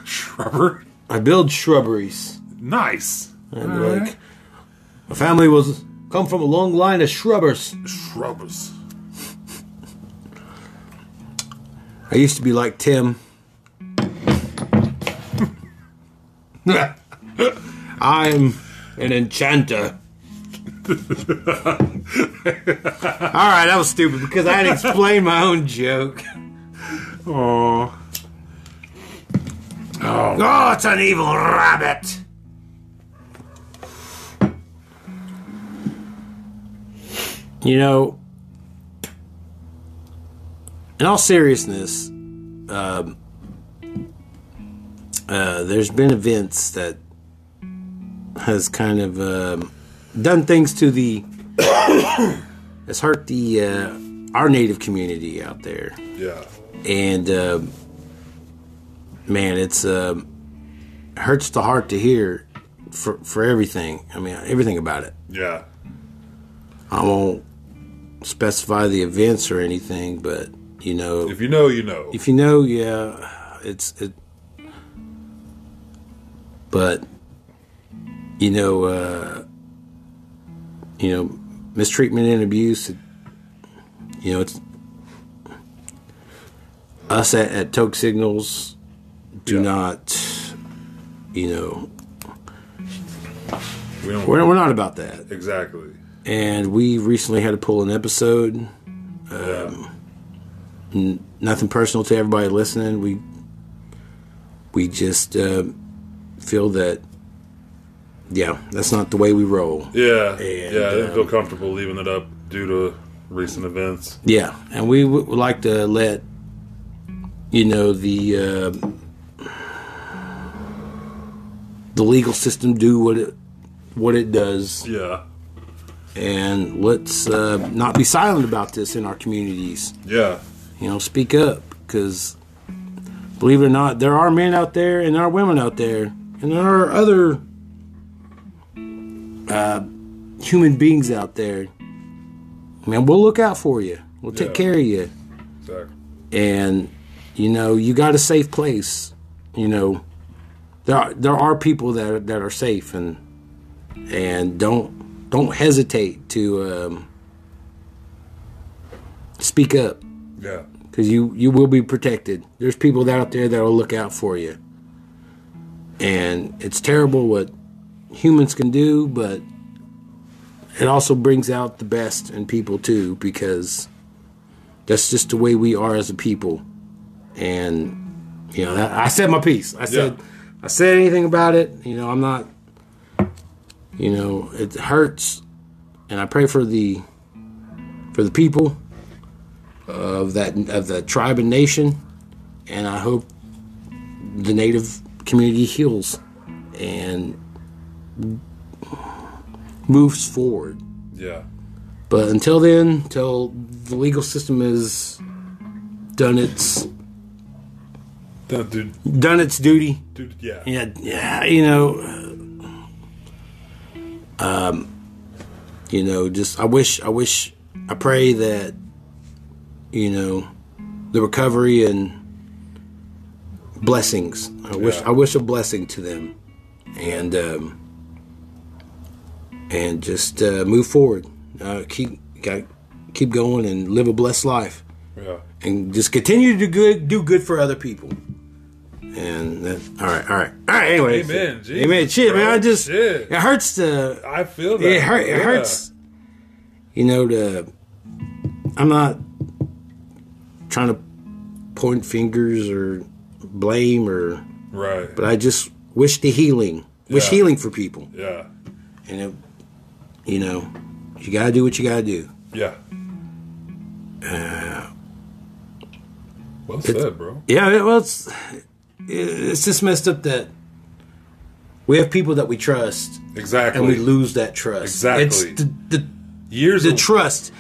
S2: Shrubber.
S1: I build shrubberies.
S2: Nice.
S1: And
S2: All
S1: like,
S2: right.
S1: my family was come from a long line of shrubbers.
S2: Shrubbers.
S1: I used to be like Tim. I'm an enchanter. All right, that was stupid because I had to explain my own joke.
S2: Oh.
S1: Oh, it's an evil rabbit. You know, in all seriousness, um, uh, there's been events that has kind of um, done things to the *coughs* has hurt the uh, our native community out there
S2: Yeah.
S1: and uh, man, it's uh, hurts the heart to hear for for everything. I mean, everything about it.
S2: Yeah.
S1: I won't specify the events or anything, but you know,
S2: If you know, you know.
S1: if you know, yeah, it's it. But you know, uh, you know, mistreatment and abuse. It, you know, it's us at, at Toke Signals do
S2: Yeah.
S1: not. You know,
S2: we don't.
S1: we're we're not about that.
S2: exactly.
S1: And we recently had to pull an episode. Um,
S2: Yeah.
S1: nothing personal to everybody listening. We we just uh, feel that yeah, that's not the way we roll.
S2: Yeah.
S1: And,
S2: yeah. I didn't
S1: um,
S2: feel comfortable leaving it up due to recent events.
S1: Yeah, and we w- would like to let you know the uh, the legal system do what it what it does,
S2: Yeah.
S1: and let's uh, not be silent about this in our communities.
S2: Yeah.
S1: you know, speak up because believe it or not, there are men out there and there are women out there, and there are other uh, human beings out there. Man, we'll look out for you. We'll take
S2: Yeah.
S1: care of you,
S2: Exactly.
S1: and you know, you got a safe place. You know, there are, there are people that are, that are safe, and and don't don't hesitate to um, Speak up,
S2: Yeah.
S1: because you you will be protected. There's people out there that will look out for you. And it's terrible what humans can do, but it also brings out the best in people too, because that's just the way we are as a people. And you know, that, I said my piece. I said
S2: Yeah.
S1: I said anything about it. You know, I'm not. You know, it hurts, and I pray for the for the people of that of that tribe and nation, and I hope the native community heals and moves forward.
S2: Yeah.
S1: But until then, until the legal system has done its
S2: That dude,
S1: done its duty,
S2: dude yeah.
S1: yeah, yeah, you know, um, you know, just I wish, I wish, I pray that, you know, the recovery and blessings. I wish,
S2: Yeah.
S1: I wish a blessing to them, and um, and just uh, move forward. Uh, keep, got, keep going and live a blessed life
S2: Yeah.
S1: and just continue to do good, do good for other people. And that, all right, all right, all right. Anyway,
S2: Amen, Jesus,
S1: amen. Shit, man.
S2: bro,
S1: I just
S2: shit.
S1: it hurts to
S2: I feel that.
S1: it hurt it
S2: Yeah.
S1: hurts. You know to I'm not trying to point fingers or blame or,
S2: Right.
S1: but I just wish the healing, wish
S2: Yeah.
S1: healing for people.
S2: yeah.
S1: And it, you know, you gotta do what you gotta do.
S2: Yeah. well said, bro.
S1: Yeah, it, well, it's it- it's just messed up that we have people that we trust
S2: Exactly.
S1: and we lose that trust.
S2: Exactly.
S1: it's the, the,
S2: Years
S1: the
S2: of
S1: trust,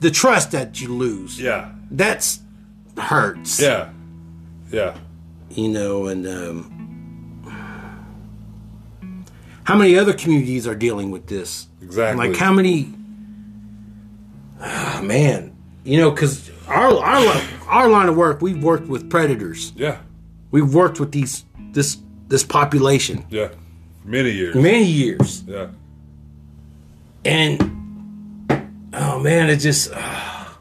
S1: the trust that you lose.
S2: Yeah.
S1: that's hurts.
S2: Yeah. Yeah.
S1: you know, and um, how many other communities are dealing with this?
S2: Exactly.
S1: Like how many? Ah, man, you know, because our our li- our line of work, we've worked with predators.
S2: Yeah.
S1: We've worked with these this this population
S2: Yeah. Many years.
S1: many years,
S2: yeah.
S1: and oh man, it just ah.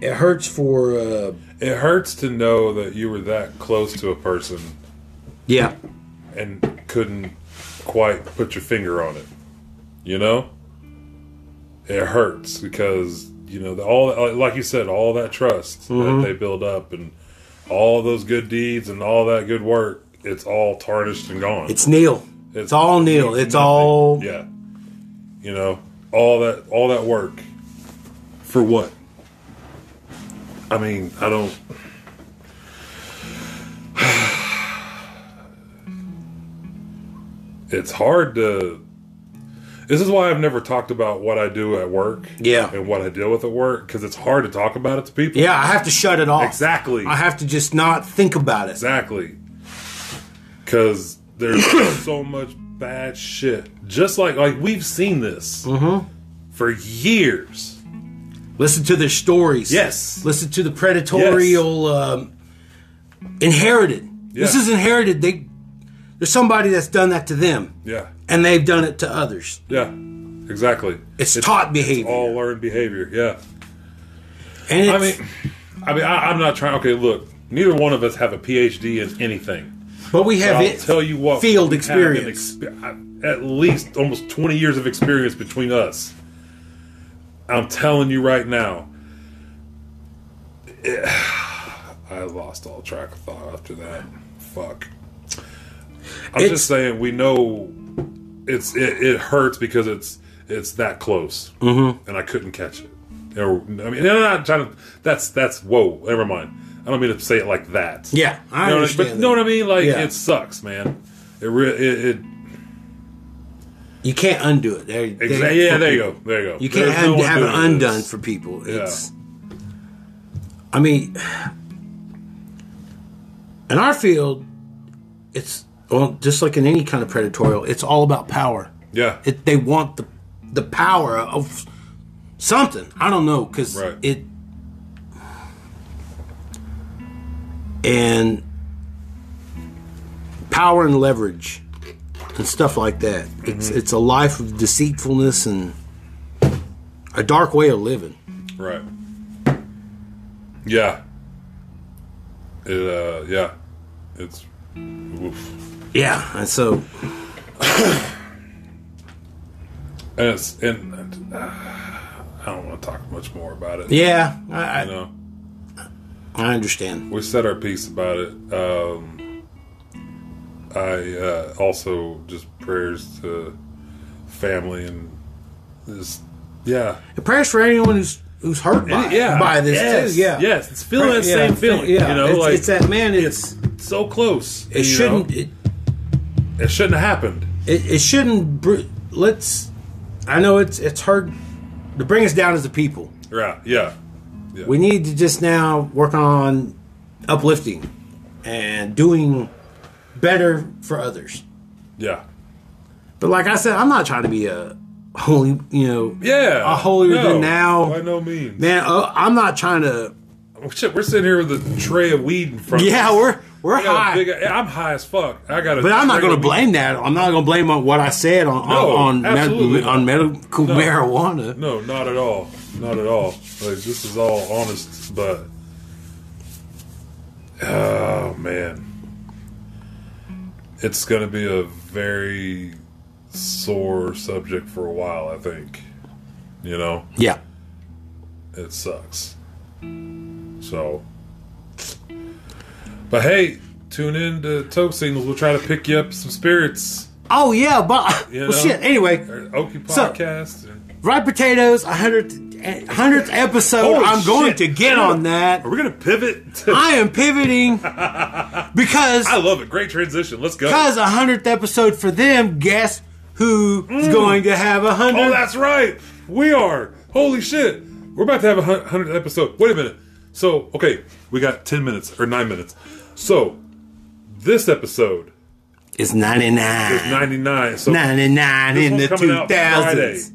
S1: it hurts for uh,
S2: It hurts to know that you were that close to a person
S1: yeah,
S2: and couldn't quite put your finger on it. You know? It hurts because, you know, the- all like you said, all that trust that they build up and all those good deeds and all that good work, it's all tarnished and gone.
S1: it's nil. It's, all nil. It's all
S2: Yeah. You know, all that all that work for what? I mean, I don't *sighs* It's hard to This is why I've never talked about what I do at work.
S1: Yeah.
S2: And what I deal with at work cuz it's hard to talk about it to people.
S1: yeah. I have to shut it off.
S2: Exactly.
S1: I have to just not think about it.
S2: Exactly. Because there's *coughs* so much bad shit. Just like like we've seen this for years.
S1: Listen to their stories.
S2: Yes.
S1: Listen to the predatorial um, inherited. This
S2: Yeah.
S1: is inherited. They there's somebody that's done that to them,
S2: Yeah.
S1: and they've done it to others.
S2: Yeah. Exactly.
S1: It's, taught behavior.
S2: All learned behavior. Yeah.
S1: and it's,
S2: I mean, I mean, I, I'm not trying. Okay, look. Neither one of us have a PhD in anything.
S1: but we have
S2: I'll
S1: it.
S2: tell you what.
S1: field
S2: we have an
S1: experience.
S2: expe- at least almost 20 years of experience between us. I'm telling you right now. *sighs* Eh, I lost all track of thought after that. Fuck. I'm
S1: It's-
S2: just saying we know it's it, it hurts because it's it's that close, mm-hmm. and I couldn't catch it. Or, I mean, I'm not trying to. That's that's whoa. Never mind. I don't mean to say it like that.
S1: yeah, I
S2: You know what I-
S1: understand.
S2: but you know what I mean? Like
S1: Yeah.
S2: it sucks, man. It re- it, it
S1: You can't undo it. There, there-
S2: exa- yeah. There you go. There you go.
S1: You can't
S2: There's
S1: have,
S2: no
S1: have it
S2: undoing
S1: undone
S2: this.
S1: for people. It's, I mean, in our field, it's well, just like in any kind of predatorial, it's all about power.
S2: Yeah.
S1: It, they want the the power of something. I don't know because
S2: Right.
S1: it and power and leverage
S2: Mm-hmm.
S1: and stuff like that. It's it's a life of deceitfulness and a dark way of living.
S2: Right. Yeah. It uh yeah. It's oof.
S1: Yeah, and so
S2: and it's and, and, uh, I don't want to talk much more about it.
S1: yeah, I,
S2: You
S1: I,
S2: know,
S1: I understand.
S2: we said our piece about it. Um I uh also just prayers to family and just yeah.
S1: And prayers for anyone who's who's hurt by,
S2: Yeah.
S1: by this
S2: yes,
S1: too. Yeah,
S2: Yes, it's feeling that
S1: Yeah,
S2: same feeling.
S1: Yeah,
S2: You know,
S1: it's,
S2: like
S1: it's that man. It's
S2: so close.
S1: it shouldn't it,
S2: it shouldn't have happened.
S1: it, it shouldn't br- let's. I know it's it's hard to bring us down as a people.
S2: Right, yeah.
S1: We need to just now work on uplifting and doing better for others.
S2: Yeah.
S1: But like I said, I'm not trying to be a holy, you know,
S2: Yeah.
S1: a holier than now.
S2: By no means.
S1: man. Uh, I'm not trying to.
S2: Oh, shit, we're sitting here with a tray of weed in front
S1: Yeah,
S2: of us.
S1: we're we're
S2: I got a
S1: high,
S2: big- I'm high as fuck. I got a
S1: but I'm not
S2: tray
S1: going
S2: of
S1: to blame that. I'm not going to blame on what I said on
S2: No,
S1: on on,
S2: absolutely
S1: med-
S2: not.
S1: on medical marijuana.
S2: weed. No, not at all. Not at all. Like, this is all honest, but. Oh, man. It's going to be a very sore subject for a while, I think. You know?
S1: Yeah,
S2: it sucks. So, but hey, tune in to Toke Signals. We'll try to pick you up some spirits.
S1: Oh yeah, but
S2: You
S1: well,
S2: know?
S1: shit. Anyway,
S2: Or Okie
S1: So-
S2: podcast.
S1: fried potatoes, a hundredth a hundredth episode.
S2: Holy
S1: I'm going
S2: oh, shit.
S1: to get on that.
S2: Are we gonna pivot? To,
S1: *laughs* I
S2: I,
S1: am
S2: *laughs*
S1: pivoting because
S2: love it. Great transition. Let's go.
S1: because a hundredth episode for them. Guess who's
S2: Mm.
S1: going to have a hundred?
S2: Oh, that's right. We are. Holy shit. We're about to have a hun- hundredth episode. Wait a minute. So, okay, we got ten minutes or nine minutes. So, this episode
S1: it's ninety
S2: is
S1: nine.
S2: ninety nine. So,
S1: Ninety nine
S2: this
S1: in the
S2: one's
S1: two
S2: coming out Friday.
S1: thousands.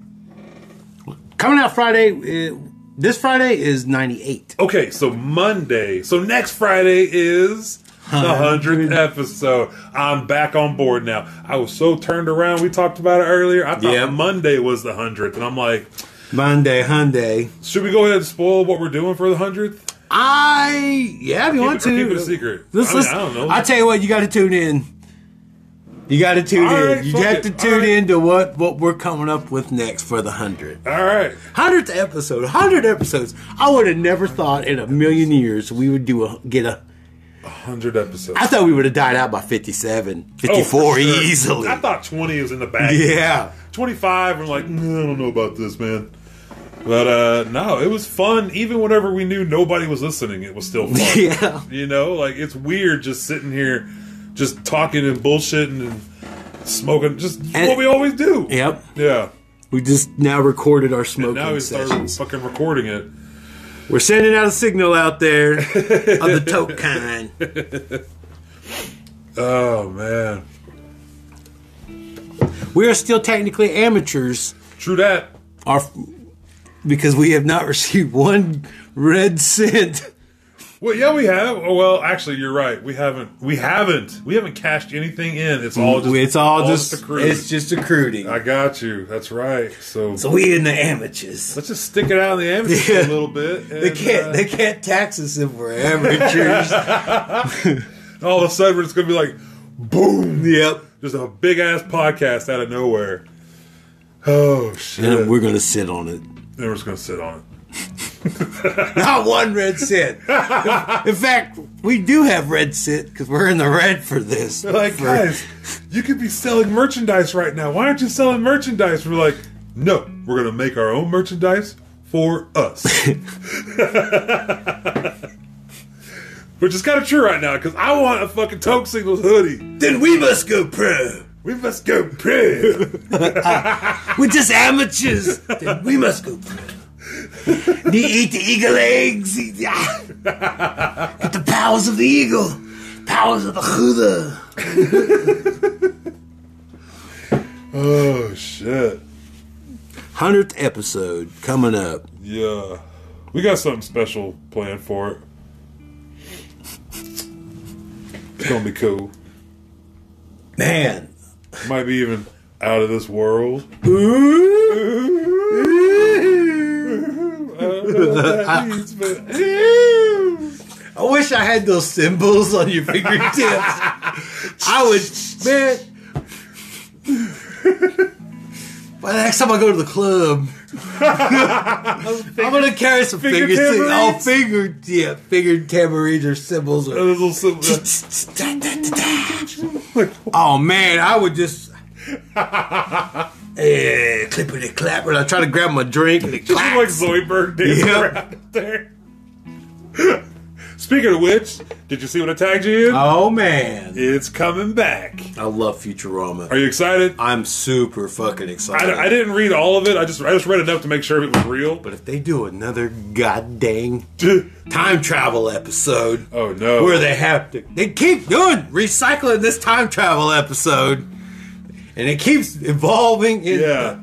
S1: Coming out Friday. uh, This Friday is ninety eight.
S2: Okay, so Monday. So next Friday is the hundredth episode. I'm back on board now. I was so turned around. We talked about it earlier. I thought
S1: Yeah.
S2: Monday was the hundredth, and I'm like,
S1: Monday, Hyundai.
S2: should we go ahead and spoil what we're doing for the hundredth?
S1: I yeah, if you want
S2: it- or
S1: to
S2: keep it a secret.
S1: Let's-
S2: I mean,
S1: let's-
S2: I don't know.
S1: I tell you what, you got to tune in. You got to tune
S2: All
S1: in.
S2: right,
S1: you
S2: fuck
S1: have
S2: it.
S1: to
S2: All
S1: tune
S2: right.
S1: in to what what we're coming up with next for the hundred.
S2: All right.
S1: Hundredth episode, hundred episodes. I would have never thought in a million years we would do a get a.
S2: Hundred episodes.
S1: I thought we would have died out by 57,
S2: Oh,
S1: 54
S2: for sure.
S1: easily.
S2: I thought twenty was in the bag.
S1: yeah,
S2: 25 i'm like "Mm, i don't know about this man but uh no it was fun even whenever we knew nobody was listening it was still fun
S1: *laughs* Yeah.
S2: you know like it's weird just sitting here just talking and bullshitting and smoking just
S1: And-
S2: what we always do
S1: yep.
S2: yeah
S1: We just now recorded our smoking
S2: now we started
S1: sessions.
S2: fucking recording it
S1: We're sending out a signal out there of the
S2: *laughs*
S1: toke kind.
S2: oh man
S1: We are still technically amateurs.
S2: true that
S1: Our, because we have not *laughs* received one red cent.
S2: well yeah we have oh well actually you're right we haven't we haven't we haven't cashed anything in it's all just
S1: it's all, just,
S2: a cruise.
S1: it's just accruing.
S2: i got you that's right so
S1: so we in the amateurs.
S2: Let's just stick it out in the amateurs
S1: Yeah.
S2: a little bit.
S1: *laughs*
S2: And,
S1: They can't
S2: uh,
S1: they can't tax us if we're amateurs.
S2: uh, all of a sudden, it's going to be like, boom,
S1: yep.
S2: just a big ass podcast out of nowhere. Oh
S1: *laughs*
S2: shit!
S1: And
S2: And
S1: we're gonna sit on it.
S2: we're just going to sit on it.
S1: *laughs* Not one red
S2: *laughs*
S1: cent. in fact, we do have red cent because we're in the red for this.
S2: They're like,
S1: For-
S2: guys, *laughs* you could be selling merchandise right now. Why aren't you selling merchandise? We're like, no, we're going to make our own merchandise for
S1: *laughs*
S2: us. *laughs* Which is kind of true right now because I want a fucking Toke Signals hoodie.
S1: then we must go pro.
S2: We must go pro.
S1: We're just amateurs. then we must go pro. Do you eat the eagle eggs? Eat the, ah. Get the powers of the eagle. Powers of the Huda.
S2: *laughs* oh shit.
S1: 100th episode coming up.
S2: Yeah. We got something special planned for it. It's gonna be cool.
S1: *laughs* Man.
S2: *laughs* Might be even out of this world.
S1: Ooh.
S2: know what that means, but
S1: I wish I had those symbols on your fingertips. I would, man. By the next time I go to the club, I'm gonna carry some
S2: finger
S1: finger, finger oh
S2: tambourines?
S1: finger yeah finger tambourines or symbols or
S2: Those little *laughs* symbols.
S1: oh man, I would
S2: *laughs*
S1: just eh, clipping and clapping. I try to grab my drink and it
S2: Just like
S1: clacks.
S2: *laughs* Zoidberg dancing
S1: Yep.
S2: around up there. Speaking of which, did you see what I tagged you in?
S1: Oh man,
S2: it's coming back.
S1: I love Futurama.
S2: Are you excited? I,
S1: I'm super fucking excited.
S2: I didn't read all of it. I just I just read enough to make sure if it was real. But
S1: But if they do another goddamn
S2: *laughs*
S1: time travel episode
S2: oh no,
S1: where they have to, they keep doing recycling this time travel episode, and it keeps evolving. In,
S2: *clears throat* yeah,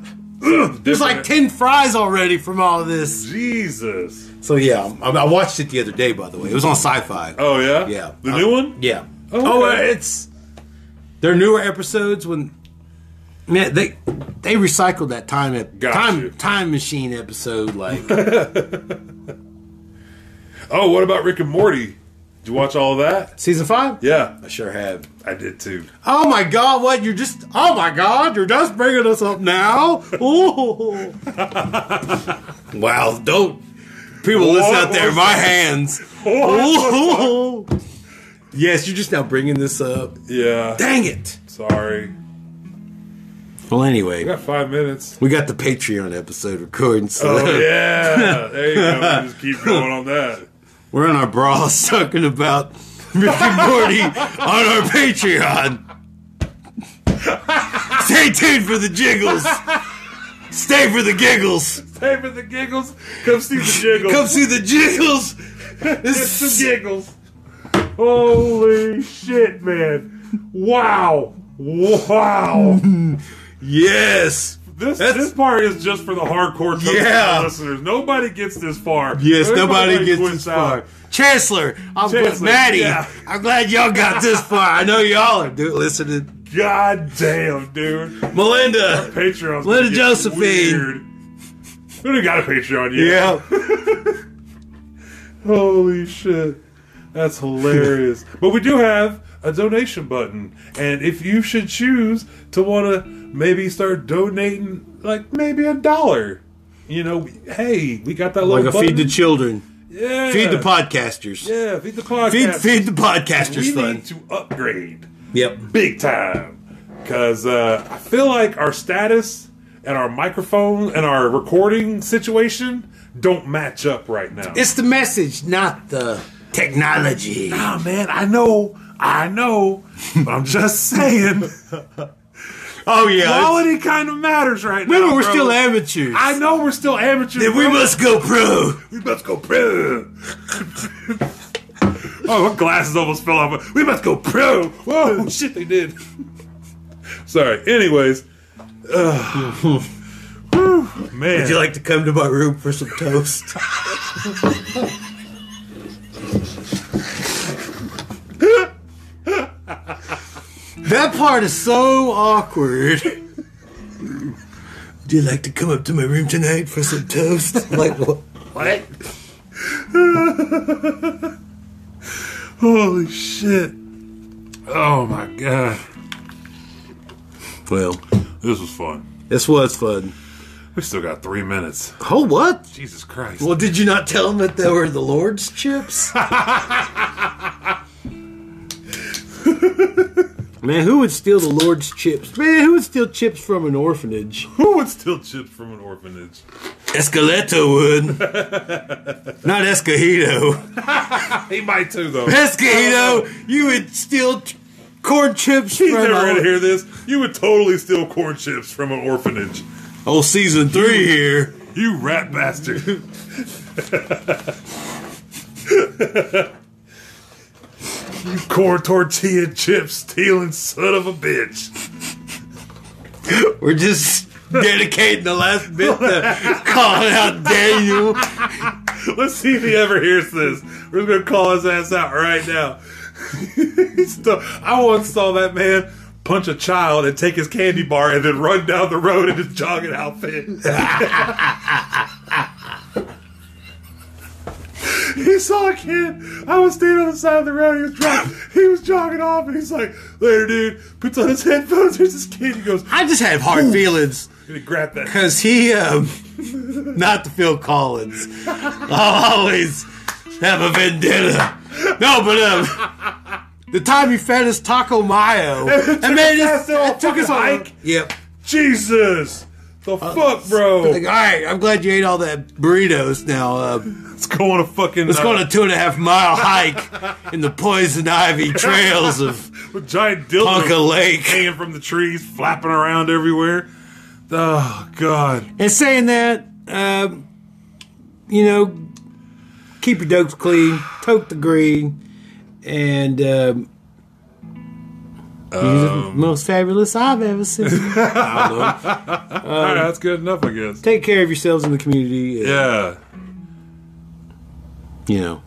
S1: There's like ten fries already from all this.
S2: Jesus.
S1: So yeah, I, I watched it the other day. By the way, it was on Sci-Fi.
S2: Oh yeah,
S1: Yeah.
S2: The
S1: Uh,
S2: new one.
S1: Yeah.
S2: Okay.
S1: Oh, uh, it's their newer episodes when man they they recycled that time ep-
S2: Got
S1: time
S2: you.
S1: time machine episode like *laughs*
S2: Oh, what about Rick and Morty? Did you watch all of that?
S1: season five.
S2: Yeah,
S1: I sure have.
S2: I did too.
S1: Oh my god, what you're just oh my god, you're just bringing us up now. Ooh. wow, don't people
S2: What
S1: listen out there,
S2: was
S1: my
S2: that?
S1: hands. Ooh. Yes, you're just now bringing this up.
S2: Yeah,
S1: Dang it.
S2: sorry.
S1: Well, anyway.
S2: We got five minutes.
S1: We got the Patreon episode recording, so
S2: *laughs* Oh yeah, there you go. We just keep going on *laughs* that.
S1: we're in our bras *laughs* talking about Rick and Morty on our
S2: *laughs*
S1: Patreon. Stay tuned for the jiggles. Stay for the giggles.
S2: Hey, for the giggles, come see the giggles. *laughs*
S1: Come see the jiggles.
S2: It's the giggles. Holy shit, man! Wow, wow.
S1: Yes.
S2: This
S1: That's-
S2: this part is just for the hardcore Toast
S1: Yeah.
S2: listeners. Nobody gets this far.
S1: Yes,
S2: Everybody
S1: nobody gets
S2: quits
S1: this
S2: out.
S1: far. Chancellor, I'm glad-
S2: Chancellor,
S1: Maddie.
S2: yeah.
S1: I'm glad y'all got this far. I know y'all are do- listening.
S2: God damn, dude.
S1: Melinda.
S2: Patreon's
S1: Little
S2: gonna get
S1: Josephine.
S2: Weird. *laughs* We done got a Patreon yet.
S1: Yeah.
S2: Holy shit.
S1: *laughs*
S2: That's hilarious. but we do have a donation button. And if you should choose to want to maybe start donating, like maybe a dollar, you know, hey, we got that little
S1: Like a
S2: button.
S1: feed the children.
S2: yeah.
S1: Feed the podcasters.
S2: Yeah, feed the podcast.
S1: Feed, feed the podcasters
S2: we
S1: fund.
S2: need to upgrade
S1: Yep.
S2: big time because uh, I feel like our status and our microphone and our recording situation don't match up right now.
S1: It's the message, not the technology.
S2: Ah, man, I know, I know, but I'm just *laughs* saying,
S1: Oh yeah.
S2: quality kind of matters right now.
S1: Remember, we're
S2: bro.
S1: still amateurs.
S2: I know we're still amateurs.
S1: Then we
S2: bro.
S1: must go pro.
S2: we must go pro. oh, my glasses almost fell off. We must go pro.
S1: Oh,
S2: Whoa, shit, they did. Sorry. *sighs* Anyways, Ugh. Whew, man,
S1: Would you like to come to my room for some toast? that part is so awkward. Would you like to come up to my room tonight for some toast? like what?
S2: What? *laughs* Holy shit. Oh my god.
S1: Well,
S2: This was fun.
S1: this was fun.
S2: We still got three minutes.
S1: Oh, what?
S2: Jesus Christ.
S1: Well, did you not tell him that they were the Lord's chips? *laughs* Man, who would steal the Lord's chips? Man, who would steal chips from an orphanage?
S2: Who would steal chips from an orphanage?
S1: Escaleto would. *laughs* not Escajito.
S2: He might too, though.
S1: Escajito, you would steal ch- corn chips
S2: He's
S1: from
S2: never gonna
S1: an
S2: hear this. You would totally steal corn chips from an orphanage.
S1: Oh, season three here.
S2: You rat bastard. *laughs* you corn tortilla chip stealing son of a bitch.
S1: We're just dedicating the last bit *laughs* to calling out Daniel.
S2: Let's see if he ever hears this. We're gonna call his ass out right now. *laughs* He's still- I once saw that man punch a child and take his candy bar and then run down the road in his jogging outfit. *laughs* He saw a kid. I was standing on the side of the road. He was driving. He was jogging off, and he's like, "Later, dude." Puts on his headphones. There's this kid. He goes,
S1: I just have hard feelings
S2: and he grabbed that.
S1: because he, um, *laughs* not the Phil Collins. I'll always have a vendetta. No, but um, the time he fed us Taco Mayo and made us
S2: Took,
S1: took us
S2: his
S1: on.
S2: hike.
S1: Yep.
S2: Jesus, the fuck,
S1: Like,
S2: bro.
S1: all right, I'm glad you ate all that burritos. Now uh,
S2: Let's go on a fucking. uh,
S1: let's go on a two and a half mile hike in the poison ivy trails of
S2: with giant dildo
S1: Ponca Lake.
S2: hanging from the trees, flapping around everywhere. Oh God,
S1: And saying that, um, you know, keep your dopes clean, tote the green, and um, you're the most fabulous I've ever seen. I don't know.
S2: all right, that's good enough, I guess.
S1: *laughs* Take care of yourselves in the community. Yeah.
S2: Yeah,
S1: You know,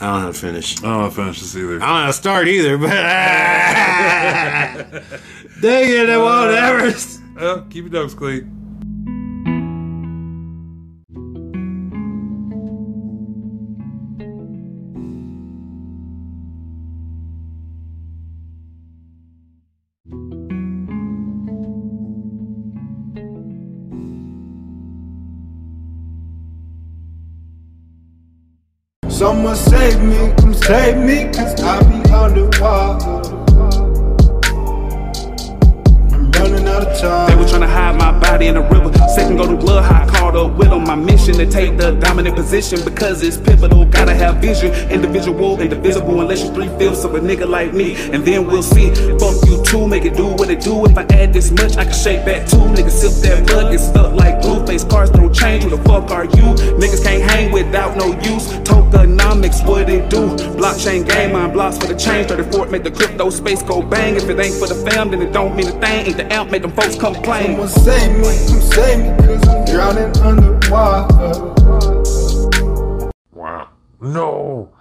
S1: I don't know how to finish.
S2: I don't know if I finished this either.
S1: I don't know how to start either, but. *laughs* Dang it, I won't ever.
S2: Oh, keep your dogs clean.
S3: Someone save me, come save me, cause I be underwater. I'm running out of
S4: They
S3: time.
S4: were tryna hide my body in the river. Second go to blood high, called up with on my mission to take the dominant position because it's pivotal. Gotta have vision, individual, indivisible, unless you three fifths of a nigga like me. And then we'll see. Fuck you two, make it do what it do. If I add this much, I can shake back two. Niggas sip that blood, get stuck like blue face cars don't change. Who the fuck are you? Niggas can't hang without no use. Tokenomics, what it do? Blockchain game, mind blocks for the change. 34 make the crypto space go bang. If it ain't for the fam, then it don't mean a thing. Ain't the amp, make them folks complain.
S3: Someone save me, come save me, cause I'm drowning underwater.
S2: Wow. No.